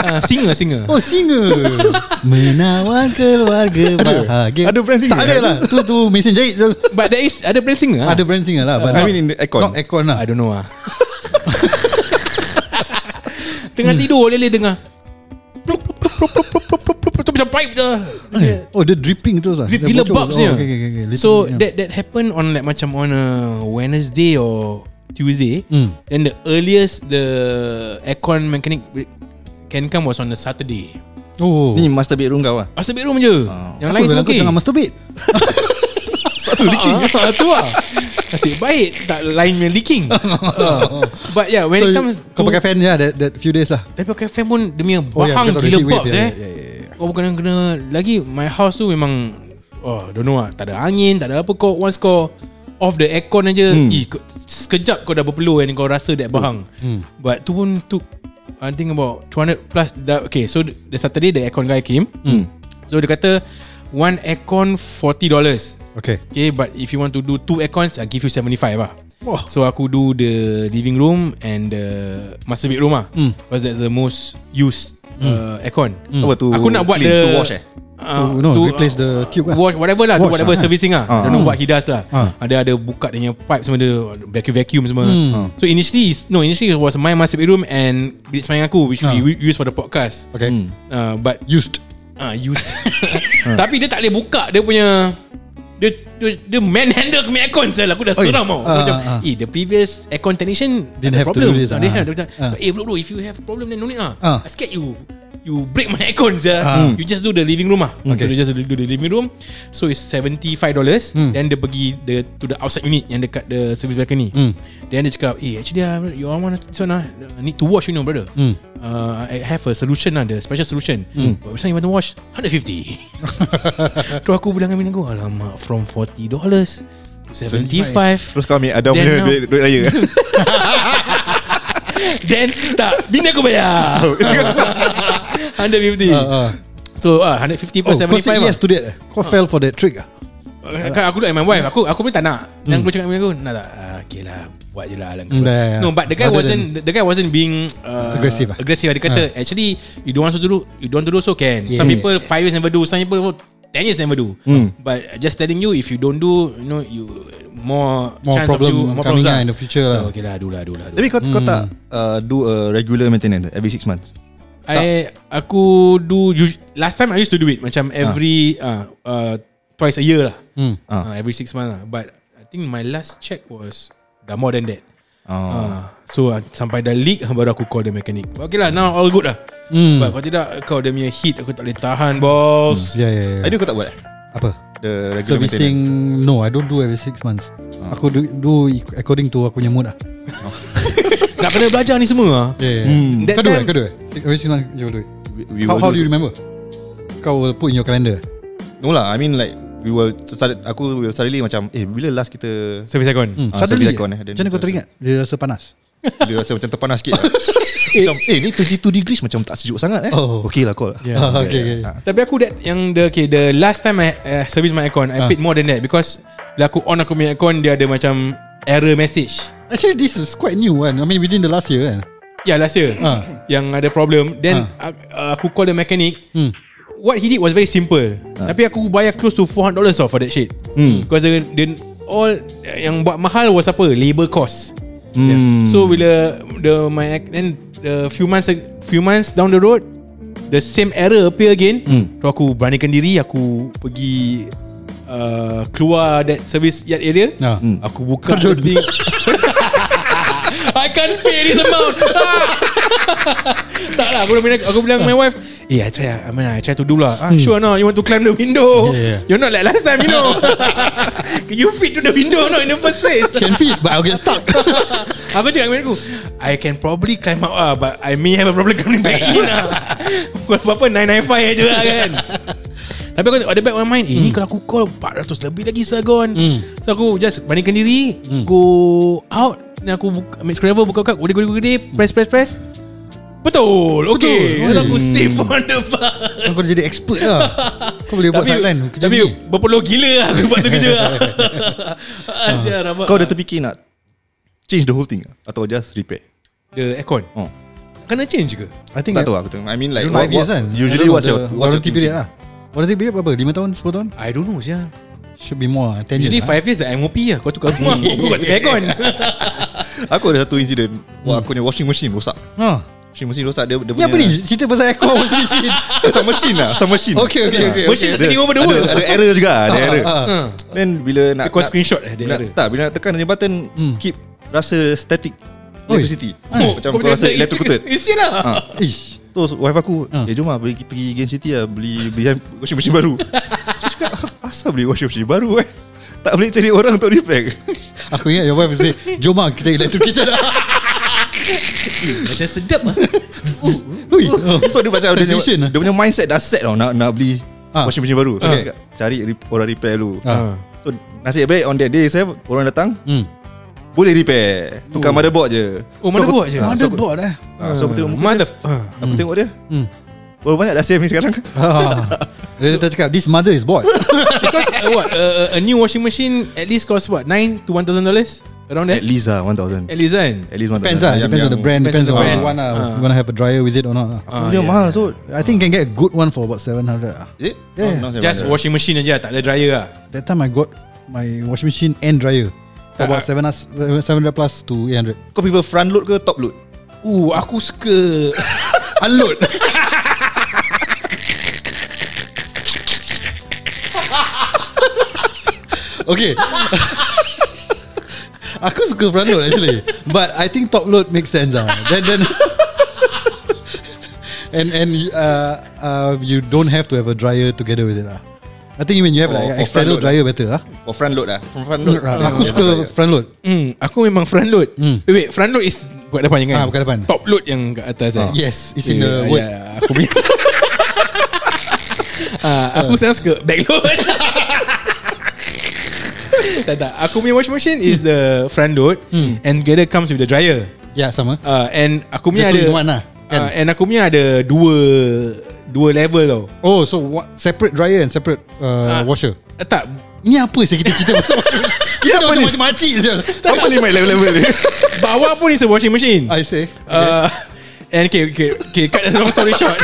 [SPEAKER 2] Ah, Singer singer
[SPEAKER 1] Oh singer Menawan keluarga bahagia
[SPEAKER 3] Eh, Ada brand singer?
[SPEAKER 1] Tak ada lah Tu tu mesin jahit je
[SPEAKER 2] But there is Ada brand singer
[SPEAKER 1] Ada brand singer lah
[SPEAKER 2] Ah.
[SPEAKER 1] but
[SPEAKER 3] I
[SPEAKER 1] not-
[SPEAKER 3] mean in the aircon.
[SPEAKER 1] Not aircon lah
[SPEAKER 2] I don't know lah
[SPEAKER 1] Hmm.
[SPEAKER 2] Tengah tidur Lele dengar Plop, plop, plop, plop, plop, plop, plop, plop, plop, plop, macam pipe je.
[SPEAKER 1] Eh, Oh dia dripping terus lah
[SPEAKER 2] Drip
[SPEAKER 1] Dia
[SPEAKER 2] gila
[SPEAKER 1] bocor.
[SPEAKER 2] bubs dia.
[SPEAKER 1] okay, okay, okay. Little
[SPEAKER 2] So
[SPEAKER 1] bit, yeah.
[SPEAKER 2] that that happened on like macam on a Wednesday or Tuesday.
[SPEAKER 1] Mm.
[SPEAKER 2] And the earliest the aircon mechanic can come was on the Saturday.
[SPEAKER 1] Oh
[SPEAKER 3] Ni master bedroom kau lah
[SPEAKER 2] Asal bedroom je. Yang
[SPEAKER 1] Yang
[SPEAKER 2] lain
[SPEAKER 1] lain
[SPEAKER 2] semua
[SPEAKER 1] Ah. aku
[SPEAKER 2] okay.
[SPEAKER 1] jangan masturbate
[SPEAKER 3] Sebab tu leaking
[SPEAKER 2] Ah, tu lah. Nasib baik tak lain punya leaking. Ah. But yeah, when
[SPEAKER 1] So
[SPEAKER 2] it comes
[SPEAKER 1] kau
[SPEAKER 2] to-
[SPEAKER 1] pakai fan ya that, that few days lah
[SPEAKER 2] tapi pakai fan pun dia punya
[SPEAKER 1] Oh, yeah,
[SPEAKER 2] bahang
[SPEAKER 1] because of the
[SPEAKER 2] gila
[SPEAKER 1] heat wave,
[SPEAKER 2] bobs
[SPEAKER 1] yeah,
[SPEAKER 2] eh.
[SPEAKER 1] yeah, yeah,
[SPEAKER 2] Kau bukan kena lagi my house tu memang oh don't know lah, tak ada angin, tak ada apa kau once kau off the aircon aja, hmm. eh, kau- sekejap kau dah berpeluh and kau rasa that bahang. Hmm. But tu pun tu I think about 200 plus dah, okay so the the Saturday the aircon guy came. Hmm. So dia kata one aircon $40.
[SPEAKER 1] Okay
[SPEAKER 2] Okay, but if you want to do two aircons, I give you 75 lah.
[SPEAKER 1] Wah.
[SPEAKER 2] So aku do the living room and the master bedroom lah.
[SPEAKER 1] Hmm.
[SPEAKER 2] Mm. Because that's the most used uh, aircon.
[SPEAKER 3] Apa tu
[SPEAKER 2] Aku nak buat
[SPEAKER 3] clean,
[SPEAKER 2] the
[SPEAKER 3] To wash eh
[SPEAKER 2] Uh,
[SPEAKER 1] To- no, replace the tube lah.
[SPEAKER 2] Wash whatever lah, do
[SPEAKER 1] Wash
[SPEAKER 2] whatever
[SPEAKER 1] lah, eh.
[SPEAKER 2] servicing lah.
[SPEAKER 3] Ah.
[SPEAKER 2] Don't know what he does lah.
[SPEAKER 1] Ah.
[SPEAKER 2] Ada ada buka dia punya pipe semua dia vacuum vacuum semua. Ah.
[SPEAKER 1] Hmm.
[SPEAKER 2] So initially is- no, initially it was my master bedroom and bilik semayang aku which
[SPEAKER 1] Ah.
[SPEAKER 2] we use for the podcast.
[SPEAKER 1] Okay
[SPEAKER 3] Hmm.
[SPEAKER 2] Uh, but
[SPEAKER 1] Used
[SPEAKER 2] Ah, used. Tapi dia tak boleh buka dia punya dia dia, dia manhandle aku punya aircon sel aku dah
[SPEAKER 1] Oi.
[SPEAKER 2] seram tau. Aku
[SPEAKER 1] Ah,
[SPEAKER 2] macam
[SPEAKER 1] ah.
[SPEAKER 2] eh the previous aircon technician
[SPEAKER 1] Didn't
[SPEAKER 2] ada
[SPEAKER 1] have to
[SPEAKER 2] problem.
[SPEAKER 1] do this,
[SPEAKER 2] Ah, Dia
[SPEAKER 1] ah.
[SPEAKER 2] have dia macam
[SPEAKER 1] Ah.
[SPEAKER 2] eh bro bro if you have problem then no need ah.
[SPEAKER 1] Ah.
[SPEAKER 2] I scared you you break my aircon Hmm. sel.
[SPEAKER 1] Ah.
[SPEAKER 2] You just do the living room ah.
[SPEAKER 1] Okay.
[SPEAKER 2] So you just do the living room. So it's $75
[SPEAKER 1] Hmm.
[SPEAKER 2] then dia pergi the to the outside unit yang dekat the service balcony.
[SPEAKER 1] Hmm.
[SPEAKER 2] Then dia cakap eh actually ah, you all want this one ah I need to wash you know brother
[SPEAKER 1] Hmm.
[SPEAKER 2] uh, I have a solution lah, the special solution. Mm. But which one you want to wash? 150. tu aku bilang dengan bini aku, alamak, from 40 dollars to 75.
[SPEAKER 3] Terus kau ambil Adam
[SPEAKER 2] Then
[SPEAKER 3] punya
[SPEAKER 2] now-
[SPEAKER 3] duit, duit raya
[SPEAKER 2] Then tak, bini aku bayar. 150. Uh, uh.
[SPEAKER 1] Oh. uh, uh.
[SPEAKER 2] So ah uh, 150
[SPEAKER 1] Oh
[SPEAKER 2] plus
[SPEAKER 1] kau say
[SPEAKER 2] 75.
[SPEAKER 1] yes to that eh? Kau fell for that trick ah?
[SPEAKER 2] Uh, Kan aku duduk dengan my wife Aku aku pun tak nak Dan aku cakap dengan aku Nak tak Ah, Okay lah Buat je lah
[SPEAKER 1] Hmm, dah, ya, ya.
[SPEAKER 2] No but the guy
[SPEAKER 1] Rather
[SPEAKER 2] wasn't The guy wasn't being uh,
[SPEAKER 1] Aggressive lah.
[SPEAKER 2] Aggressive lah Dia kata Actually You don't want to do You don't want to do so can Some
[SPEAKER 1] Yeah. Hmm.
[SPEAKER 2] people 5 years never do Some people 10 years never do But just telling you If you don't do You know you More,
[SPEAKER 1] More
[SPEAKER 2] chance
[SPEAKER 1] problem
[SPEAKER 2] of you
[SPEAKER 1] coming
[SPEAKER 2] problems
[SPEAKER 1] lah in the future
[SPEAKER 2] So
[SPEAKER 1] lah.
[SPEAKER 2] okay lah Do lah do lah do.
[SPEAKER 3] Tapi kau, kau tak uh, Do a regular maintenance Every 6 months
[SPEAKER 2] I Aku do us- Last time I used to do it Macam
[SPEAKER 1] Ah.
[SPEAKER 2] every uh, uh, Twice a year lah
[SPEAKER 1] Hmm.
[SPEAKER 2] uh. Every six months lah But I think my last check was Dah more than that
[SPEAKER 1] Ah.
[SPEAKER 3] Oh.
[SPEAKER 2] uh, So uh, sampai dah leak Baru aku call the mechanic But Okay lah now all good lah
[SPEAKER 1] Hmm.
[SPEAKER 2] But kalau tidak Kau dia punya heat Aku tak boleh tahan boss
[SPEAKER 1] Yeah, yeah, yeah.
[SPEAKER 3] Ada kau tak buat eh?
[SPEAKER 1] Ya, Apa?
[SPEAKER 3] The regular
[SPEAKER 1] Servicing No I don't do every 6 months
[SPEAKER 3] Ah.
[SPEAKER 1] Aku do, do according to aku punya mood lah
[SPEAKER 2] Nak kena belajar ni semua lah
[SPEAKER 1] Yeah, yeah.
[SPEAKER 3] Hmm.
[SPEAKER 2] That
[SPEAKER 1] Kau do
[SPEAKER 2] time-
[SPEAKER 1] it Kau do it Every 6 months you do it
[SPEAKER 3] maintenance. We, we
[SPEAKER 1] How,
[SPEAKER 3] will
[SPEAKER 1] how do you
[SPEAKER 3] so-
[SPEAKER 1] remember? Kau will put in your calendar
[SPEAKER 3] No lah I mean like We will started, Aku will suddenly macam Eh bila last kita
[SPEAKER 2] Service aircon
[SPEAKER 1] hmm.
[SPEAKER 3] Ah,
[SPEAKER 1] Suddenly
[SPEAKER 3] service aircon, eh, then-
[SPEAKER 1] Macam mana kau teringat Dia rasa panas
[SPEAKER 3] Dia rasa macam terpanas sikit lah. Macam eh ni 32 degrees Macam tak sejuk sangat eh
[SPEAKER 1] Oh.
[SPEAKER 3] Okay lah call
[SPEAKER 2] Yeah.
[SPEAKER 1] Ah, okay, okay.
[SPEAKER 3] Ah.
[SPEAKER 2] Tapi aku that yang the okay, the last time I uh, service my aircon, I
[SPEAKER 1] Ah.
[SPEAKER 2] paid more than that because bila aku on aku punya aircon dia ada macam error message.
[SPEAKER 1] Actually this is quite new kan I mean within the last year kan
[SPEAKER 2] Ya yeah, last year
[SPEAKER 1] Ah.
[SPEAKER 2] yang ada problem. Then uh, aku call the mechanic.
[SPEAKER 1] Hmm.
[SPEAKER 2] What he did was very simple. Tapi aku bayar close to 400 dollars for that shit.
[SPEAKER 3] Ah. Hmm.
[SPEAKER 2] Because the, the all yang buat mahal was apa? Labor cost.
[SPEAKER 3] Hmm.
[SPEAKER 2] So bila the my ac- then the few months few months down the road the same error appear again.
[SPEAKER 3] Hmm.
[SPEAKER 2] So aku beranikan diri aku pergi uh, keluar that service yard area.
[SPEAKER 1] Ah.
[SPEAKER 3] Hmm.
[SPEAKER 2] Aku buka
[SPEAKER 1] Terjun.
[SPEAKER 2] the thing. I can't pay this amount. tak lah aku bilang aku bilang my wife, "Eh, I try I mean I try to do lah. Ah, sure no, you want to climb the window.
[SPEAKER 1] Hmm. Yeah, yeah.
[SPEAKER 2] You're not like last time, you know. Can you fit to the window no in the first place?
[SPEAKER 1] Can fit But I'll get stuck
[SPEAKER 2] Aku cakap dengan aku I can probably climb out lah But I may have a problem coming back in lah Bukan apa-apa 995 je lah kan Tapi aku at the back of my mind Eh ni kalau aku call 400 lebih lagi segon
[SPEAKER 1] Hmm.
[SPEAKER 2] So aku just bandingkan diri Go out Dan aku buka, ambil scrabble Buka buka Gede gede gede Press press press Hmm. Betul
[SPEAKER 1] Betul.
[SPEAKER 2] Okay Betul. Hmm. Aku save on the bus
[SPEAKER 1] Kau jadi expert lah Kau boleh buat sideline Kerja
[SPEAKER 2] tapi
[SPEAKER 1] ni
[SPEAKER 2] berpeluh gila lah Aku buat tu kerja Asyik rabak
[SPEAKER 3] Kau dah terfikir nak Change the whole thing Atau just repair
[SPEAKER 2] The aircon
[SPEAKER 3] Oh.
[SPEAKER 2] Kena change ke?
[SPEAKER 1] I think
[SPEAKER 3] Tak tahu aku tengok I mean
[SPEAKER 1] 5
[SPEAKER 3] like what-
[SPEAKER 1] years
[SPEAKER 3] what-
[SPEAKER 1] kan
[SPEAKER 3] Usually
[SPEAKER 1] I don't know
[SPEAKER 3] what's
[SPEAKER 1] the
[SPEAKER 3] your what's your
[SPEAKER 1] Warranty period
[SPEAKER 3] thinking?
[SPEAKER 1] lah Warranty period berapa 5 tahun 10 tahun
[SPEAKER 2] I don't know siapa
[SPEAKER 1] Should be more lah 10 years
[SPEAKER 2] Usually
[SPEAKER 1] lah.
[SPEAKER 2] 5 years dah MOP lah Kau tukar rumah Kau tukar aircon
[SPEAKER 1] lah.
[SPEAKER 3] Aku ada satu insiden Wah aku ni washing machine rosak
[SPEAKER 1] Ah.
[SPEAKER 3] Mesin mesin rosak dia, dia
[SPEAKER 1] Ni
[SPEAKER 3] punya
[SPEAKER 1] apa ni? Cerita pasal aircon washing machine.
[SPEAKER 3] Sama mesin lah Sama mesin
[SPEAKER 1] Okay, okay, okay, Ah,
[SPEAKER 2] Mesin
[SPEAKER 3] Ada-
[SPEAKER 2] turning over the world.
[SPEAKER 3] Ada, ada error juga Ada error
[SPEAKER 2] Ha.
[SPEAKER 3] Then bila nak
[SPEAKER 2] Kau
[SPEAKER 3] nak-
[SPEAKER 2] screenshot eh, dia
[SPEAKER 3] bila,
[SPEAKER 2] error.
[SPEAKER 3] Tak bila nak tekan dia button
[SPEAKER 1] Hmm.
[SPEAKER 3] Keep rasa static
[SPEAKER 1] Oi. Ah.
[SPEAKER 3] Electricity
[SPEAKER 2] Ha.
[SPEAKER 3] oh, Macam kau rasa electrocuted
[SPEAKER 2] Isi lah
[SPEAKER 3] ha.
[SPEAKER 1] Ish.
[SPEAKER 3] Terus wife aku
[SPEAKER 1] Ha.
[SPEAKER 3] Eh jom lah pergi, pergi Game City lah Beli, beli hand- washing machine baru Saya cakap "Ah, Asal beli washing machine baru eh Tak boleh cari orang untuk repair
[SPEAKER 1] Aku ingat your wife say, "Jom ah kita electric kita."
[SPEAKER 2] Macam sedap lah
[SPEAKER 1] Hui.
[SPEAKER 3] So dia macam dia
[SPEAKER 1] Sensation
[SPEAKER 3] punya,
[SPEAKER 1] lah.
[SPEAKER 3] dia punya mindset dah set tau Nak, nak beli
[SPEAKER 1] Ha.
[SPEAKER 3] washing machine baru so,
[SPEAKER 1] Okay.
[SPEAKER 3] dia cakap, Cari re- orang repair dulu
[SPEAKER 1] Ah.
[SPEAKER 3] So nasib baik on that day saya Orang datang
[SPEAKER 1] Hmm.
[SPEAKER 3] Boleh repair Tukar motherboard je
[SPEAKER 2] Oh, motherboard je?
[SPEAKER 3] ha, so aku,
[SPEAKER 1] Motherboard eh.
[SPEAKER 3] ha, So aku tengok muka
[SPEAKER 2] Mother
[SPEAKER 3] dia, Aku tengok dia
[SPEAKER 1] Hmm.
[SPEAKER 3] Berapa banyak dah save ni sekarang
[SPEAKER 1] Ah. Dia tak cakap This mother is bored
[SPEAKER 2] Because uh, what uh, A new washing machine At least cost what 9 to 1000 dollars Around that
[SPEAKER 3] At least lah 1000
[SPEAKER 2] At least kan
[SPEAKER 3] At least 1000
[SPEAKER 1] Depends lah Depends on the brand Depends
[SPEAKER 2] depends
[SPEAKER 1] on
[SPEAKER 2] on the
[SPEAKER 1] what you
[SPEAKER 2] brand.
[SPEAKER 1] want lah
[SPEAKER 2] Ah.
[SPEAKER 1] You want to have a dryer with it or not lah
[SPEAKER 2] Ah,
[SPEAKER 3] Dia
[SPEAKER 2] yeah.
[SPEAKER 3] mahal so
[SPEAKER 1] I think can get a good one for about 700 lah
[SPEAKER 3] Is it?
[SPEAKER 1] Yeah.
[SPEAKER 3] Oh, no,
[SPEAKER 2] Just
[SPEAKER 3] saya
[SPEAKER 2] washing machine aja Tak ada dryer lah
[SPEAKER 1] That time I got My washing machine and dryer For about
[SPEAKER 2] Ah.
[SPEAKER 1] 700 700 plus to 800
[SPEAKER 3] mahal. Kau prefer front load ke top load?
[SPEAKER 2] Uh, aku suka
[SPEAKER 1] Unload Okay Aku suka front load actually But I think top load makes sense lah Then then And and uh, uh, you don't have to have a dryer together with it lah I think when you have
[SPEAKER 3] Oh,
[SPEAKER 1] like
[SPEAKER 3] for
[SPEAKER 1] external
[SPEAKER 3] front
[SPEAKER 2] ah.
[SPEAKER 1] dryer better lah Ah,
[SPEAKER 3] For front load lah For front load
[SPEAKER 1] Aku suka front load
[SPEAKER 2] Hmm, aku memang front load. Eh,
[SPEAKER 1] Hmm.
[SPEAKER 2] Wait, wait, front load is buat depan je kan?
[SPEAKER 1] Ah, bukan depan. Ah.
[SPEAKER 2] Top load yang kat atas eh.
[SPEAKER 1] Yes It's in the word
[SPEAKER 2] yeah, aku punya. Ah, aku sekarang suka back load. tak tak. Aku punya washing machine
[SPEAKER 1] Hmm.
[SPEAKER 2] is the front load and together comes with the dryer.
[SPEAKER 1] Yeah sama
[SPEAKER 2] Uh, and aku punya
[SPEAKER 1] Satu
[SPEAKER 2] ada
[SPEAKER 1] in one lah, kan?
[SPEAKER 2] Ah, and aku punya ada dua dua level tau.
[SPEAKER 1] Oh so what, separate dryer and separate uh,
[SPEAKER 2] Ah.
[SPEAKER 1] washer
[SPEAKER 2] Ah, tak,
[SPEAKER 1] Ini apa sih kita cerita pasal washing machine? Kita dah macam macam makcik je
[SPEAKER 3] Apa ni my level-level ni?
[SPEAKER 2] bawah pun is a washing machine.
[SPEAKER 1] I say
[SPEAKER 2] Uh, and okay, okay, okay, cut the long story short.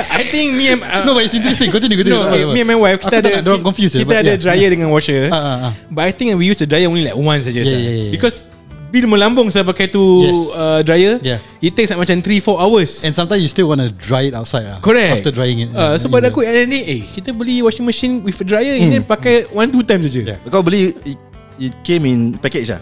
[SPEAKER 2] I think me and uh,
[SPEAKER 1] No but it's interesting Continue continue
[SPEAKER 2] no,
[SPEAKER 1] Apa,
[SPEAKER 2] okay,
[SPEAKER 1] apa?
[SPEAKER 2] me and my wife kita
[SPEAKER 1] Aku tak
[SPEAKER 2] ada
[SPEAKER 1] nak eh, dorang confused
[SPEAKER 2] kita ada dryer dengan washer.
[SPEAKER 1] ya. Ah, ah, ah.
[SPEAKER 2] But I think we use the dryer only like once
[SPEAKER 1] Yeah,
[SPEAKER 2] saja. sir.
[SPEAKER 1] yeah, yeah, yeah.
[SPEAKER 2] Because bila melambung saya pakai tu
[SPEAKER 1] Yes.
[SPEAKER 2] uh, dryer,
[SPEAKER 1] Yeah.
[SPEAKER 2] it takes like macam 3 4 hours.
[SPEAKER 1] And sometimes you still want to dry it outside lah
[SPEAKER 2] Correct.
[SPEAKER 1] After drying it
[SPEAKER 2] Uh, so pada
[SPEAKER 1] Yeah. Hmm.
[SPEAKER 2] aku at the end of the day, eh kita beli washing machine with a dryer and then pakai one two times saja.
[SPEAKER 1] Yeah.
[SPEAKER 3] Kau beli it, it came in package lah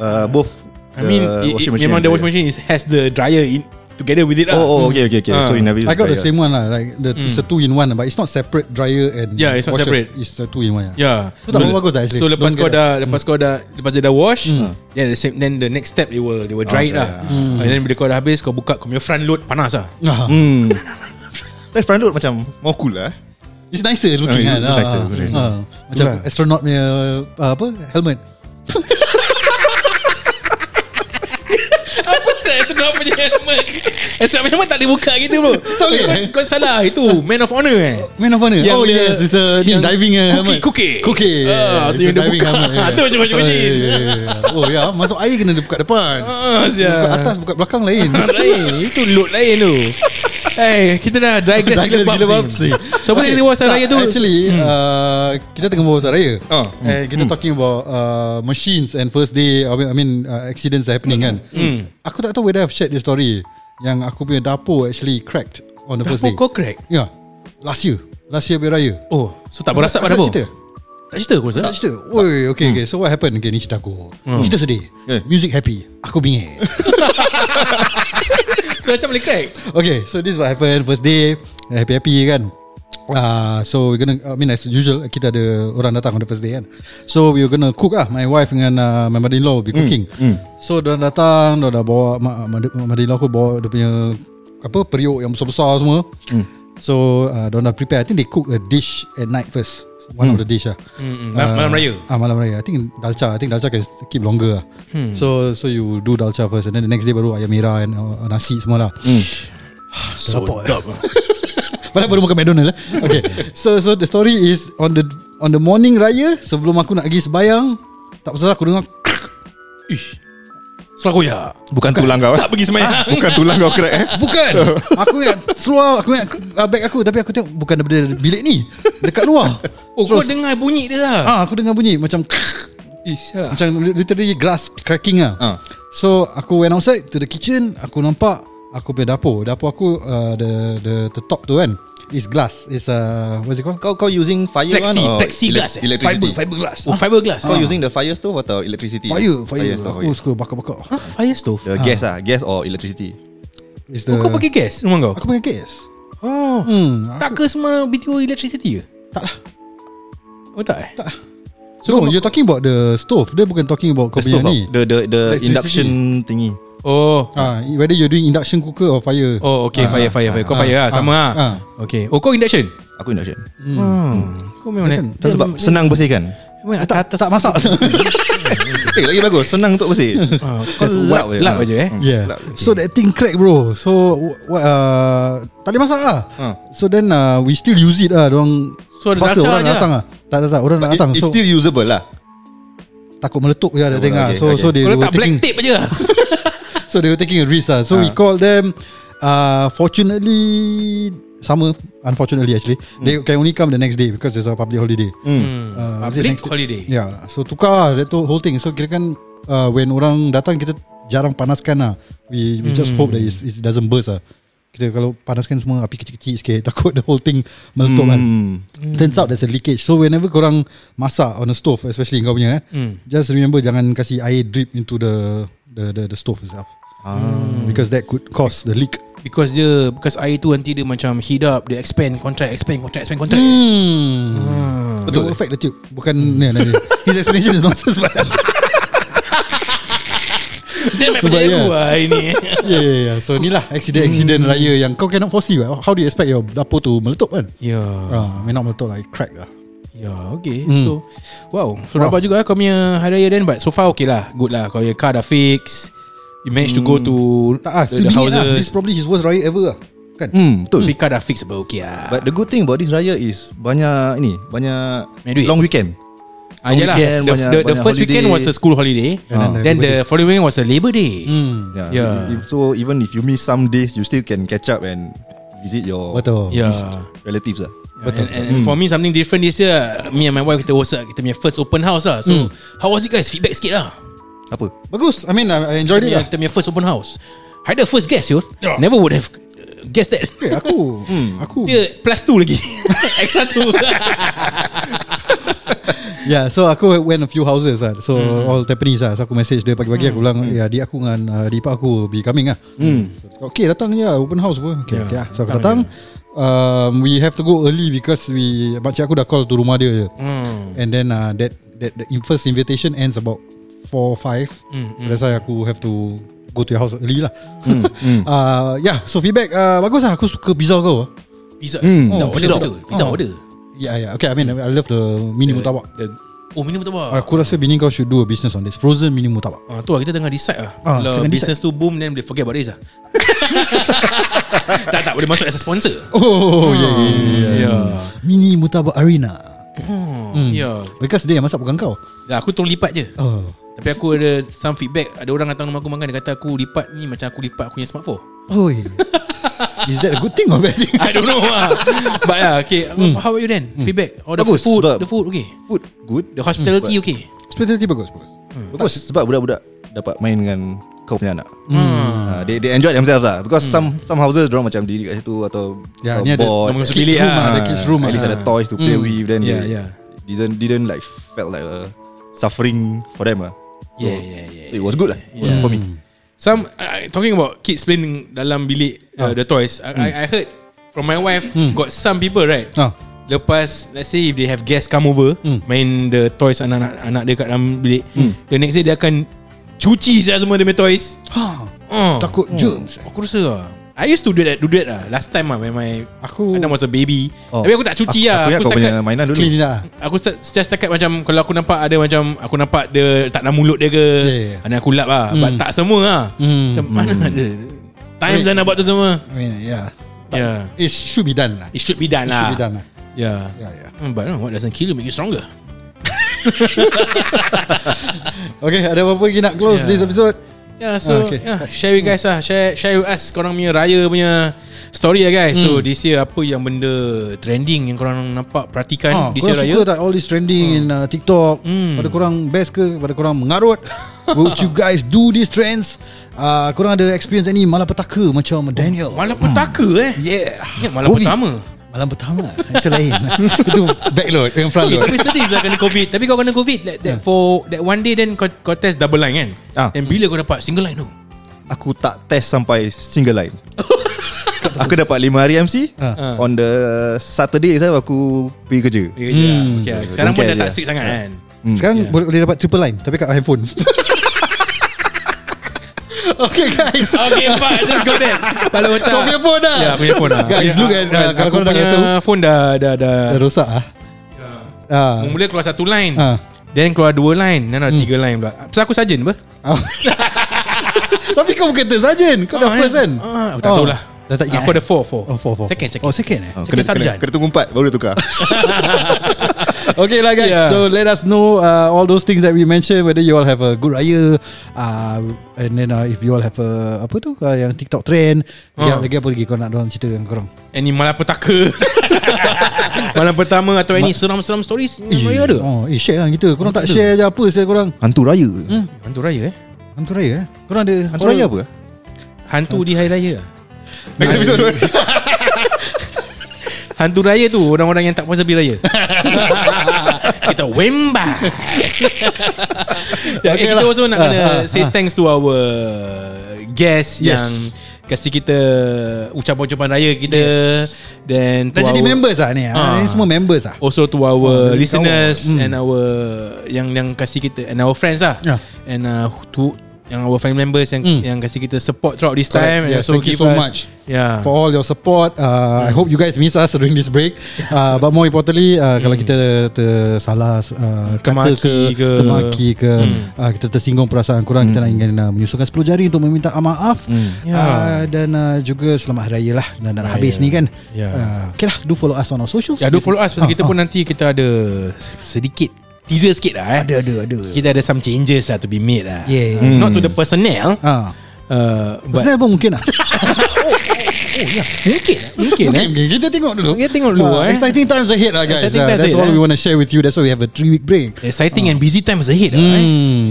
[SPEAKER 3] uh, Both
[SPEAKER 2] I mean,
[SPEAKER 3] the
[SPEAKER 2] it, it, memang
[SPEAKER 3] and
[SPEAKER 2] the washing machine is, has the dryer in together with it lah.
[SPEAKER 3] Oh, oh okay okay okay.
[SPEAKER 2] Ah.
[SPEAKER 3] So you never use
[SPEAKER 1] I got the
[SPEAKER 3] dryer.
[SPEAKER 1] same one lah Like the, It's a two in one But it's not separate dryer and
[SPEAKER 2] Hmm. Yeah, it's not
[SPEAKER 1] washer.
[SPEAKER 2] separate.
[SPEAKER 1] It's a two in one yeah.
[SPEAKER 2] Yeah.
[SPEAKER 1] Tu tak berapa bagus tak actually?
[SPEAKER 2] Ya. So lepas
[SPEAKER 1] Don't
[SPEAKER 2] kau
[SPEAKER 1] get Hmm.
[SPEAKER 2] dah lepas kau dah lepas dia dah wash, then the same then the next step they will they will dry it
[SPEAKER 3] Okay,
[SPEAKER 2] lah. And then bila kau dah habis kau buka kau punya front load panas lah.
[SPEAKER 1] Ah,
[SPEAKER 3] Hmm Tapi front load macam More cool lah eh.
[SPEAKER 1] It's nicer looking kan
[SPEAKER 3] Ah, it's
[SPEAKER 1] Ah,
[SPEAKER 3] nicer,
[SPEAKER 1] ah.
[SPEAKER 3] it's nicer.
[SPEAKER 1] Ah, Macam astronaut punya ah, Apa Helmet
[SPEAKER 2] Apa saya sedap punya helmet. Eh sebab memang tak dibuka gitu bro.
[SPEAKER 1] Tak boleh.
[SPEAKER 2] Kau, kau salah itu man of honor eh.
[SPEAKER 1] Man of Honor
[SPEAKER 2] Yang
[SPEAKER 1] Oh
[SPEAKER 2] dia-
[SPEAKER 1] yes It's a ni,
[SPEAKER 2] yang
[SPEAKER 1] diving eh,
[SPEAKER 2] cookie,
[SPEAKER 1] helmet
[SPEAKER 2] cookie.
[SPEAKER 1] Cookie
[SPEAKER 2] Ah, tu
[SPEAKER 1] It's a
[SPEAKER 2] yang dia
[SPEAKER 1] diving
[SPEAKER 2] buka. Ah,
[SPEAKER 1] helmet yeah.
[SPEAKER 2] Tu macam washing machine.
[SPEAKER 1] Oh, yeah, yeah, yeah. Oh ya yeah. Masuk air kena dia buka depan
[SPEAKER 2] Ah,
[SPEAKER 1] Buka
[SPEAKER 2] sia.
[SPEAKER 1] atas buka belakang lain
[SPEAKER 2] lain Itu load lain tu Eh kita dah digress
[SPEAKER 1] Dah
[SPEAKER 2] gila
[SPEAKER 1] kena gila
[SPEAKER 2] bab
[SPEAKER 1] babs
[SPEAKER 2] ni. So apa yang kita buat raya tu Hmm. Oh.
[SPEAKER 1] Actually uh, Kita tengah bawa pasal raya
[SPEAKER 3] Ah.
[SPEAKER 1] Eh, Kita talking about uh, Machines and first day I mean, I mean uh, accidents are happening kan
[SPEAKER 2] Hmm.
[SPEAKER 1] Aku tak tahu whether I've shared this story Yang aku punya dapur actually cracked On the first
[SPEAKER 2] Dapur
[SPEAKER 1] day
[SPEAKER 2] kau crack
[SPEAKER 1] Ya yeah. Last year Last year punya raya
[SPEAKER 2] Oh So tak berasap pada Hmm.
[SPEAKER 1] Aku
[SPEAKER 2] apa
[SPEAKER 1] tak cerita
[SPEAKER 2] Tak cerita aku rasa
[SPEAKER 1] Tak cerita Oi, okay, okay So what happened Okay ni cerita aku
[SPEAKER 2] Hmm.
[SPEAKER 1] Cerita sedih
[SPEAKER 3] Okay.
[SPEAKER 1] Music happy Aku bingit
[SPEAKER 2] So macam boleh crack
[SPEAKER 1] Okay so this is what happened First day Happy-happy kan Uh, so we're gonna I mean as usual Kita ada orang datang on the first day kan So we were gonna cook lah My wife dengan uh, my mother-in-law will be cooking So dia orang datang Dia dah bawa ma- mother- Mother-in-law aku bawa dia punya Apa periuk yang besar-besar semua So uh, dia orang dah prepare I think they cook a dish at night first One of the dish lah
[SPEAKER 2] Mm, mm. Mal- malam raya.
[SPEAKER 1] Ah malam raya. I think dalcha. I think dalcha can keep longer. Lah.
[SPEAKER 2] Hmm.
[SPEAKER 1] So so you do dalcha first, and then the next day baru ayam merah and uh, nasi semua lah. Mm.
[SPEAKER 2] Hmm. So lah. dub
[SPEAKER 1] Padahal baru makan McDonald lah. Okay. so so the story is on the on the morning raya sebelum aku nak pergi sembayang tak pasal aku dengar
[SPEAKER 2] Ish Selakoya
[SPEAKER 3] Bukan tulang kau eh.
[SPEAKER 2] ya. Tak pergi
[SPEAKER 1] Ah,
[SPEAKER 2] semayang Ah,
[SPEAKER 3] Bukan tulang kau crack eh
[SPEAKER 1] bukan aku ingat seluar aku ingat uh, bag aku tapi aku tengok bukan daripada bilik ni dekat luar
[SPEAKER 2] Oh kau dengar bunyi dia lah
[SPEAKER 1] ah aku dengar bunyi macam
[SPEAKER 2] Ish lah
[SPEAKER 1] Macam literally glass cracking lah
[SPEAKER 3] Ah.
[SPEAKER 1] So aku went outside to the kitchen Aku nampak aku punya dapur. Dapur aku uh, the, the the top tu kan is glass. Is uh what's it called?
[SPEAKER 3] Kau kau using fire
[SPEAKER 2] Plexi,
[SPEAKER 3] one or
[SPEAKER 1] oh,
[SPEAKER 2] plexiglass
[SPEAKER 3] elec-
[SPEAKER 2] eh?
[SPEAKER 3] electricity?
[SPEAKER 2] fiberglass. Oh, fiberglass.
[SPEAKER 1] Ah.
[SPEAKER 3] Kau using the fire stove atau electricity?
[SPEAKER 1] Fire, fire.
[SPEAKER 3] stove,
[SPEAKER 1] aku suka bakar-bakar.
[SPEAKER 2] Huh? Fire stove.
[SPEAKER 3] The gas ah, gas or electricity.
[SPEAKER 1] Is
[SPEAKER 2] Oh, kau pakai gas rumah kau?
[SPEAKER 1] Ah. Aku pakai gas.
[SPEAKER 2] Oh.
[SPEAKER 1] Hmm.
[SPEAKER 2] Tak ke semua BTO electricity ke? Tak lah. Oh tak eh? Tak. So,
[SPEAKER 1] So no,
[SPEAKER 2] kau-
[SPEAKER 1] you're talking about the stove. Dia bukan talking about kau
[SPEAKER 3] The
[SPEAKER 1] punya
[SPEAKER 3] stove,
[SPEAKER 1] ni.
[SPEAKER 3] ah, the the the
[SPEAKER 1] Electricity.
[SPEAKER 3] induction thingy.
[SPEAKER 2] oh.
[SPEAKER 1] Ah, whether you're doing induction cooker or fire.
[SPEAKER 2] Oh okay fire fire fire Kau fire lah Sama lah
[SPEAKER 1] ah.
[SPEAKER 2] Okay Oh kau induction
[SPEAKER 3] Aku induction.
[SPEAKER 2] Hmm. Kau memang
[SPEAKER 1] Kan?
[SPEAKER 2] dia-
[SPEAKER 3] Sebab senang bersihkan.
[SPEAKER 2] memang
[SPEAKER 1] Tak,
[SPEAKER 2] atas-atas
[SPEAKER 1] tak masak.
[SPEAKER 3] Eh, lagi bagus, senang untuk bersih.
[SPEAKER 2] Ah,
[SPEAKER 3] Kau
[SPEAKER 2] just lap
[SPEAKER 3] je.
[SPEAKER 2] lap je eh
[SPEAKER 3] Hmm,
[SPEAKER 1] Yeah.
[SPEAKER 3] lap.
[SPEAKER 1] So that thing crack bro. So wh- wh- uh, tak boleh masak lah.
[SPEAKER 3] Ah.
[SPEAKER 1] So then uh, we still use it lah. Diorang
[SPEAKER 2] So, ada
[SPEAKER 1] paksa
[SPEAKER 2] lacar
[SPEAKER 1] orang nak
[SPEAKER 2] je lah.
[SPEAKER 1] datang lah. Tak tak tak orang nak
[SPEAKER 3] It-
[SPEAKER 1] datang.
[SPEAKER 3] It's
[SPEAKER 1] So
[SPEAKER 3] still usable lah.
[SPEAKER 1] takut meletup je ada
[SPEAKER 3] Okay,
[SPEAKER 1] thing lah.
[SPEAKER 3] okay,
[SPEAKER 1] So so
[SPEAKER 3] okay.
[SPEAKER 1] they
[SPEAKER 2] Kau
[SPEAKER 1] were
[SPEAKER 2] letak black
[SPEAKER 1] taking
[SPEAKER 2] tape je lah
[SPEAKER 1] so they were taking a risk lah. So we
[SPEAKER 3] Ah.
[SPEAKER 1] call them. Uh, fortunately sama unfortunately actually they can only come the next day because it's a public holiday.
[SPEAKER 2] Hmm.
[SPEAKER 1] Uh, is it
[SPEAKER 2] Public
[SPEAKER 1] next-
[SPEAKER 2] holiday
[SPEAKER 1] Yeah So tukar lah That whole thing So kira kan uh, When orang datang Kita jarang panaskan lah We, we
[SPEAKER 2] Hmm.
[SPEAKER 1] just hope that it's, It doesn't burst lah Kita kalau panaskan semua Api kecil-kecil sikit Takut the whole thing Meletup kan
[SPEAKER 3] Hmm.
[SPEAKER 1] Turns out there's a leakage So whenever korang Masak on the stove Especially kau punya kan Just remember Jangan kasih air drip Into the The, the, the stove itself Because that could cause The leak
[SPEAKER 2] Because dia Because air tu nanti dia macam Heat up Dia expand Contract expand Contract expand contract
[SPEAKER 1] Hmm. Betul Ah. It will affect the tube Bukan ni lah dia. His explanation is nonsense but
[SPEAKER 2] Dia
[SPEAKER 1] But
[SPEAKER 2] memang percaya
[SPEAKER 1] yeah.
[SPEAKER 2] aku lah hari ni
[SPEAKER 1] yeah, yeah, yeah. So ni lah accident accident raya yang kau cannot foresee. Right? How do you expect your dapur to meletup kan?
[SPEAKER 2] Ya
[SPEAKER 1] Ah, uh, not meletup lah, it crack lah.
[SPEAKER 2] Ya okay So Wow So wow. rabak juga lah kau punya Hari Raya then But so far okay lah Good lah Kau punya car dah fix You managed to go to
[SPEAKER 1] Tak ah, still bingit lah. This probably his worst raya ever lah. Kan?
[SPEAKER 3] Hmm, betul.
[SPEAKER 2] Tapi car dah fix But okay lah
[SPEAKER 3] But the good thing about this raya is banyak ini, banyak
[SPEAKER 2] Banyak duit.
[SPEAKER 3] long weekend.
[SPEAKER 2] Ah, yalah.
[SPEAKER 3] Weekend,
[SPEAKER 2] the,
[SPEAKER 3] banyak-
[SPEAKER 2] the, the
[SPEAKER 3] banyak
[SPEAKER 2] first
[SPEAKER 3] holiday.
[SPEAKER 2] weekend was a school holiday.
[SPEAKER 1] Ah.
[SPEAKER 2] Then the following weekend was a Labor Day.
[SPEAKER 1] Hmm.
[SPEAKER 3] Yeah.
[SPEAKER 2] Yeah.
[SPEAKER 3] Ya. If, so even if you miss some days, you still can catch up and visit your
[SPEAKER 1] Betul.
[SPEAKER 2] Yeah.
[SPEAKER 3] relatives lah.
[SPEAKER 2] Betul. Hmm. And, and, and for me something different this year, me and my wife kita host kita punya first open house lah. So how was it guys? Feedback sikit lah.
[SPEAKER 3] Apa?
[SPEAKER 1] Bagus. I mean I, I enjoyed it
[SPEAKER 2] Yeah.
[SPEAKER 1] lah.
[SPEAKER 2] Kita punya first open house. I the first guest yo. Never would have uh, guessed that.
[SPEAKER 1] Okay, Eh, aku aku
[SPEAKER 2] Dia plus two lagi. X1.
[SPEAKER 1] Yeah, Ya, so aku went a few houses lah. So mm. all Tampines lah. So aku message dia pagi-pagi aku bilang, ya adik aku dengan uh, adik ipar aku be coming lah. Mm. So, dia cakap, okay, datang je lah, open house pun. Okay, yeah. okay lah. So aku datang. Um, we have to go early because we makcik aku dah call to rumah dia je. Mm. And then uh, that that the first invitation ends about 4 5. Mm. So that's why aku have to go to your house early lah. Mm. uh, yeah, so feedback uh, bagus lah. Aku suka pizza kau.
[SPEAKER 2] Pizza. Pizza
[SPEAKER 1] Oh,
[SPEAKER 2] order.
[SPEAKER 1] sedap.
[SPEAKER 2] Pizza, pizza
[SPEAKER 1] Oh.
[SPEAKER 2] order.
[SPEAKER 1] Yeah, yeah. Okay, I mean I love the mini murtabak.
[SPEAKER 2] The, oh minum betul apa?
[SPEAKER 1] Aku rasa bini kau should do a business on this. Frozen mini murtabak.
[SPEAKER 2] Ah, tu lah kita tengah decide lah
[SPEAKER 1] Ah,
[SPEAKER 2] Kalau
[SPEAKER 1] tengah
[SPEAKER 2] business tu boom Then boleh forget about this lah Tak tak boleh masuk as a sponsor
[SPEAKER 1] Oh, yeah, yeah, yeah.
[SPEAKER 2] Ya
[SPEAKER 1] Mini Murtabak Arena.
[SPEAKER 2] Ya
[SPEAKER 1] Because dia yang masak bukan kau.
[SPEAKER 2] Dah aku tolong lipat je
[SPEAKER 1] Oh.
[SPEAKER 2] Tapi aku ada some feedback Ada orang datang rumah aku makan Dia kata aku lipat ni Macam aku lipat aku punya smartphone
[SPEAKER 1] Oi. Oh, Is that a good thing or bad thing?
[SPEAKER 2] I don't know lah But lah okay How about you then? Feedback Or the
[SPEAKER 3] Bagus,
[SPEAKER 2] food
[SPEAKER 3] sebab-
[SPEAKER 2] The food okay
[SPEAKER 3] Food good.
[SPEAKER 2] The hospitality okay
[SPEAKER 1] Hospitality bagus, bagus.
[SPEAKER 3] Bagus sebab budak-budak dapat main dengan kau punya anak. Hmm. Uh, they they enjoy themselves lah because hmm. some some houses dorang macam diri kat situ atau
[SPEAKER 1] Ya,
[SPEAKER 3] atau
[SPEAKER 1] ni ada
[SPEAKER 3] board.
[SPEAKER 2] Dorang masuk
[SPEAKER 1] kids
[SPEAKER 2] bilik
[SPEAKER 1] room
[SPEAKER 2] lah.
[SPEAKER 1] lah. Ada kids room
[SPEAKER 3] ah. at least
[SPEAKER 1] lah. Ya,
[SPEAKER 3] ada toys to play with then
[SPEAKER 2] Yeah,
[SPEAKER 3] they
[SPEAKER 2] yeah.
[SPEAKER 3] didn't didn't like felt like a suffering for them lah. So,
[SPEAKER 2] Yeah, yeah, yeah,
[SPEAKER 3] so it was good lah. It was good
[SPEAKER 1] Hmm.
[SPEAKER 3] for me.
[SPEAKER 2] Some uh, Talking about kids playing Dalam bilik uh,
[SPEAKER 3] Ah.
[SPEAKER 2] The toys I,
[SPEAKER 3] Hmm.
[SPEAKER 2] I, I heard From my wife Got some people right
[SPEAKER 1] Ah.
[SPEAKER 2] Lepas Let's say if they have guests come over
[SPEAKER 3] Hmm.
[SPEAKER 2] Main the toys Anak-anak anak dia kat dalam bilik The next day dia akan Cuci saya semua dia punya toys
[SPEAKER 1] Ha.
[SPEAKER 2] Ah.
[SPEAKER 1] Takut germs.
[SPEAKER 2] Aku rasa lah I used to do that, do that lah Last time lah When my
[SPEAKER 1] Aku-
[SPEAKER 2] Adam was a baby
[SPEAKER 3] Oh.
[SPEAKER 2] Tapi aku tak cuci lah
[SPEAKER 3] Aku
[SPEAKER 2] Aku,
[SPEAKER 3] ingat kau
[SPEAKER 2] setakat
[SPEAKER 3] punya mainan dulu.
[SPEAKER 1] Clean it up.
[SPEAKER 2] Aku sta- just setakat macam Kalau aku nampak ada macam Aku nampak dia Tak nak mulut dia ke
[SPEAKER 1] Yeah, yeah.
[SPEAKER 2] Anak aku lap lah But tak semua lah
[SPEAKER 1] ya, Hmm.
[SPEAKER 2] Macam mana ada Time saya nak buat tu semua
[SPEAKER 1] I mean, yeah.
[SPEAKER 2] Yeah
[SPEAKER 1] It should be done lah.
[SPEAKER 2] It should be
[SPEAKER 1] It
[SPEAKER 2] done lah
[SPEAKER 1] should be done lah.
[SPEAKER 2] Yeah
[SPEAKER 1] Yeah, yeah.
[SPEAKER 2] Hmm, But no, what doesn't kill you Make you stronger
[SPEAKER 1] Okay, ada apa-apa lagi nak close
[SPEAKER 2] Yeah.
[SPEAKER 1] this episode?
[SPEAKER 2] Yeah, Ya, so
[SPEAKER 1] Ah, okay.
[SPEAKER 2] okay. yeah, share with guys lah. Share share with us korang punya raya punya story lah guys. So
[SPEAKER 1] Hmm.
[SPEAKER 2] this year apa yang benda trending yang korang nampak perhatikan
[SPEAKER 1] Ah,
[SPEAKER 2] di this year
[SPEAKER 1] korang
[SPEAKER 2] raya? Hmm.
[SPEAKER 1] suka tak all this trending in uh, TikTok? Pada korang best ke? Pada korang mengarut? Would you guys do these trends? uh, Korang ada experience ni Malapetaka Macam Daniel
[SPEAKER 2] Malam petaka eh
[SPEAKER 1] Yeah
[SPEAKER 2] Ingat malam
[SPEAKER 1] Hmm. Covid.
[SPEAKER 2] pertama
[SPEAKER 1] Malam pertama Itu lain Itu backload Yang front
[SPEAKER 2] Eh,
[SPEAKER 1] load
[SPEAKER 2] tapi sedih lah kena covid Tapi kau kena covid that,
[SPEAKER 1] Hmm.
[SPEAKER 2] that For that one day Then kau, kau test double line kan
[SPEAKER 3] Ah.
[SPEAKER 2] Then bila kau dapat single line tu
[SPEAKER 3] Aku tak test sampai single line Aku dapat 5 hari MC
[SPEAKER 2] Ah.
[SPEAKER 3] On the Saturday saya aku pergi kerja
[SPEAKER 2] Ya, je lah. okay,
[SPEAKER 1] Hmm.
[SPEAKER 2] lah. Sekarang pun
[SPEAKER 3] Don't
[SPEAKER 2] dah
[SPEAKER 3] care
[SPEAKER 2] tak
[SPEAKER 3] je.
[SPEAKER 2] sick sangat kan
[SPEAKER 1] Sekarang yeah. boleh, boleh dapat triple line Tapi kat handphone Okay guys
[SPEAKER 2] Okay fine Just go there Kalau tak
[SPEAKER 1] Kau punya phone dah
[SPEAKER 2] Ya punya phone lah
[SPEAKER 1] Guys look at uh, Kalau
[SPEAKER 2] Kalau
[SPEAKER 1] korang
[SPEAKER 2] kau
[SPEAKER 1] dah
[SPEAKER 2] punya
[SPEAKER 1] tahu
[SPEAKER 2] phone dah Dah dah
[SPEAKER 1] Dah rosak ah.
[SPEAKER 2] Ya.
[SPEAKER 1] Ah.
[SPEAKER 2] Mula keluar satu line
[SPEAKER 1] Ah. Hmm.
[SPEAKER 2] Then keluar dua line Then ada tiga line pula Pasal aku sarjan apa?
[SPEAKER 1] Tapi kau bukan tersajen Kau dah
[SPEAKER 2] Ah,
[SPEAKER 1] first kan
[SPEAKER 2] ah, Aku tak
[SPEAKER 1] Oh.
[SPEAKER 2] tahu lah
[SPEAKER 1] Dah tak ingat
[SPEAKER 2] Aku
[SPEAKER 1] eh?
[SPEAKER 2] ada four four.
[SPEAKER 1] Oh, four, four.
[SPEAKER 2] Second second
[SPEAKER 1] Oh second eh
[SPEAKER 3] Ah,
[SPEAKER 2] Cakap
[SPEAKER 3] kena, kena,
[SPEAKER 2] sarjan.
[SPEAKER 3] kena tunggu 4 Baru dia tukar
[SPEAKER 1] Okay lah guys yeah.
[SPEAKER 2] Yeah.
[SPEAKER 1] So let us know uh, All those things that we mentioned Whether you all have a good raya uh, And then uh, if you all have a Apa tu uh, Yang TikTok trend lagi,
[SPEAKER 2] Ah.
[SPEAKER 1] lagi apa lagi kau nak Diorang cerita dengan korang
[SPEAKER 2] Any malapetaka Malam pertama Atau any seram-seram stories Yang raya ada
[SPEAKER 1] oh, Eh share lah kita Korang tak share je apa Saya korang
[SPEAKER 3] Hantu raya
[SPEAKER 2] Hantu raya eh
[SPEAKER 1] Hantu raya eh Korang ada
[SPEAKER 3] Hantu
[SPEAKER 2] oh.
[SPEAKER 3] raya apa?
[SPEAKER 2] Hantu di hari raya
[SPEAKER 3] Next episode
[SPEAKER 2] Hantu raya tu Orang-orang yang tak puasa bila raya Kita wemba
[SPEAKER 1] Okay
[SPEAKER 2] okay, Kita
[SPEAKER 1] lah.
[SPEAKER 2] also nak
[SPEAKER 1] Ah,
[SPEAKER 2] kena
[SPEAKER 1] ah,
[SPEAKER 2] Say
[SPEAKER 1] ah.
[SPEAKER 2] thanks to our Guest
[SPEAKER 1] Yes.
[SPEAKER 2] yang Kasih kita Ucapan-ucapan raya kita Then to
[SPEAKER 1] Dah jadi
[SPEAKER 2] our-
[SPEAKER 1] members lah ni
[SPEAKER 2] Ah.
[SPEAKER 1] ah. Ni semua members lah
[SPEAKER 2] also to our
[SPEAKER 1] Oh,
[SPEAKER 2] oh,
[SPEAKER 1] dari
[SPEAKER 2] listeners
[SPEAKER 1] kawan. Hmm.
[SPEAKER 2] and our yang yang kasih kita and our friends lah
[SPEAKER 1] Yeah.
[SPEAKER 2] and uh, to yang our family members yang
[SPEAKER 1] Hmm.
[SPEAKER 2] yang kasih kita support throughout this
[SPEAKER 1] Correct.
[SPEAKER 2] time and
[SPEAKER 1] Yes,
[SPEAKER 2] also
[SPEAKER 1] thank you
[SPEAKER 2] give
[SPEAKER 1] so
[SPEAKER 2] us-
[SPEAKER 1] much
[SPEAKER 2] yeah
[SPEAKER 1] for all your support. Uh, I hope you guys miss us during this break. Uh, but more importantly, uh, kalau kita tersalah uh, kata ke,
[SPEAKER 2] Hmm. Termaki ke. Hmm.
[SPEAKER 1] termaki ke, uh, kita tersinggung perasaan korang, kita nak ingin uh, menyusulkan 10 jari untuk meminta maaf
[SPEAKER 2] Ya.
[SPEAKER 1] uh, dan uh, juga selamat hari raya lah dan, dan habis ni kan.
[SPEAKER 2] Ya.
[SPEAKER 1] Uh, okay lah, do follow us on our socials.
[SPEAKER 2] yeah do follow us
[SPEAKER 1] Ah,
[SPEAKER 2] pasal kita
[SPEAKER 1] ah.
[SPEAKER 2] pun nanti kita ada sedikit teaser sikit lah eh
[SPEAKER 1] Ada ada ada.
[SPEAKER 2] kita ada some changes lah to be made lah
[SPEAKER 1] Yeah.
[SPEAKER 2] Uh, not to the personnel
[SPEAKER 1] Ah,
[SPEAKER 2] uh, but eh.
[SPEAKER 1] personal pun mungkin lah.
[SPEAKER 2] mungkin mungkin eh
[SPEAKER 1] Okay, kita tengok dulu.
[SPEAKER 2] Kita tengok dulu,
[SPEAKER 1] Ah,
[SPEAKER 2] eh.
[SPEAKER 1] Exciting times ahead lah guys.
[SPEAKER 2] Exciting
[SPEAKER 1] Ah,
[SPEAKER 2] times
[SPEAKER 1] that's
[SPEAKER 2] ahead,
[SPEAKER 1] all we
[SPEAKER 2] eh.
[SPEAKER 1] want to share with you. That's why we have a three week break.
[SPEAKER 2] exciting and busy times ahead lah eh
[SPEAKER 1] Mm,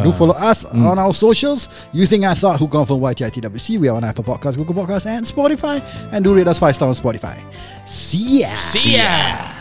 [SPEAKER 1] Ah. So do follow us on our socials using I thought who come from YTITWC. We are on Apple Podcasts, Google Podcasts, and Spotify. And do rate us five star on Spotify. See ya.
[SPEAKER 2] see ya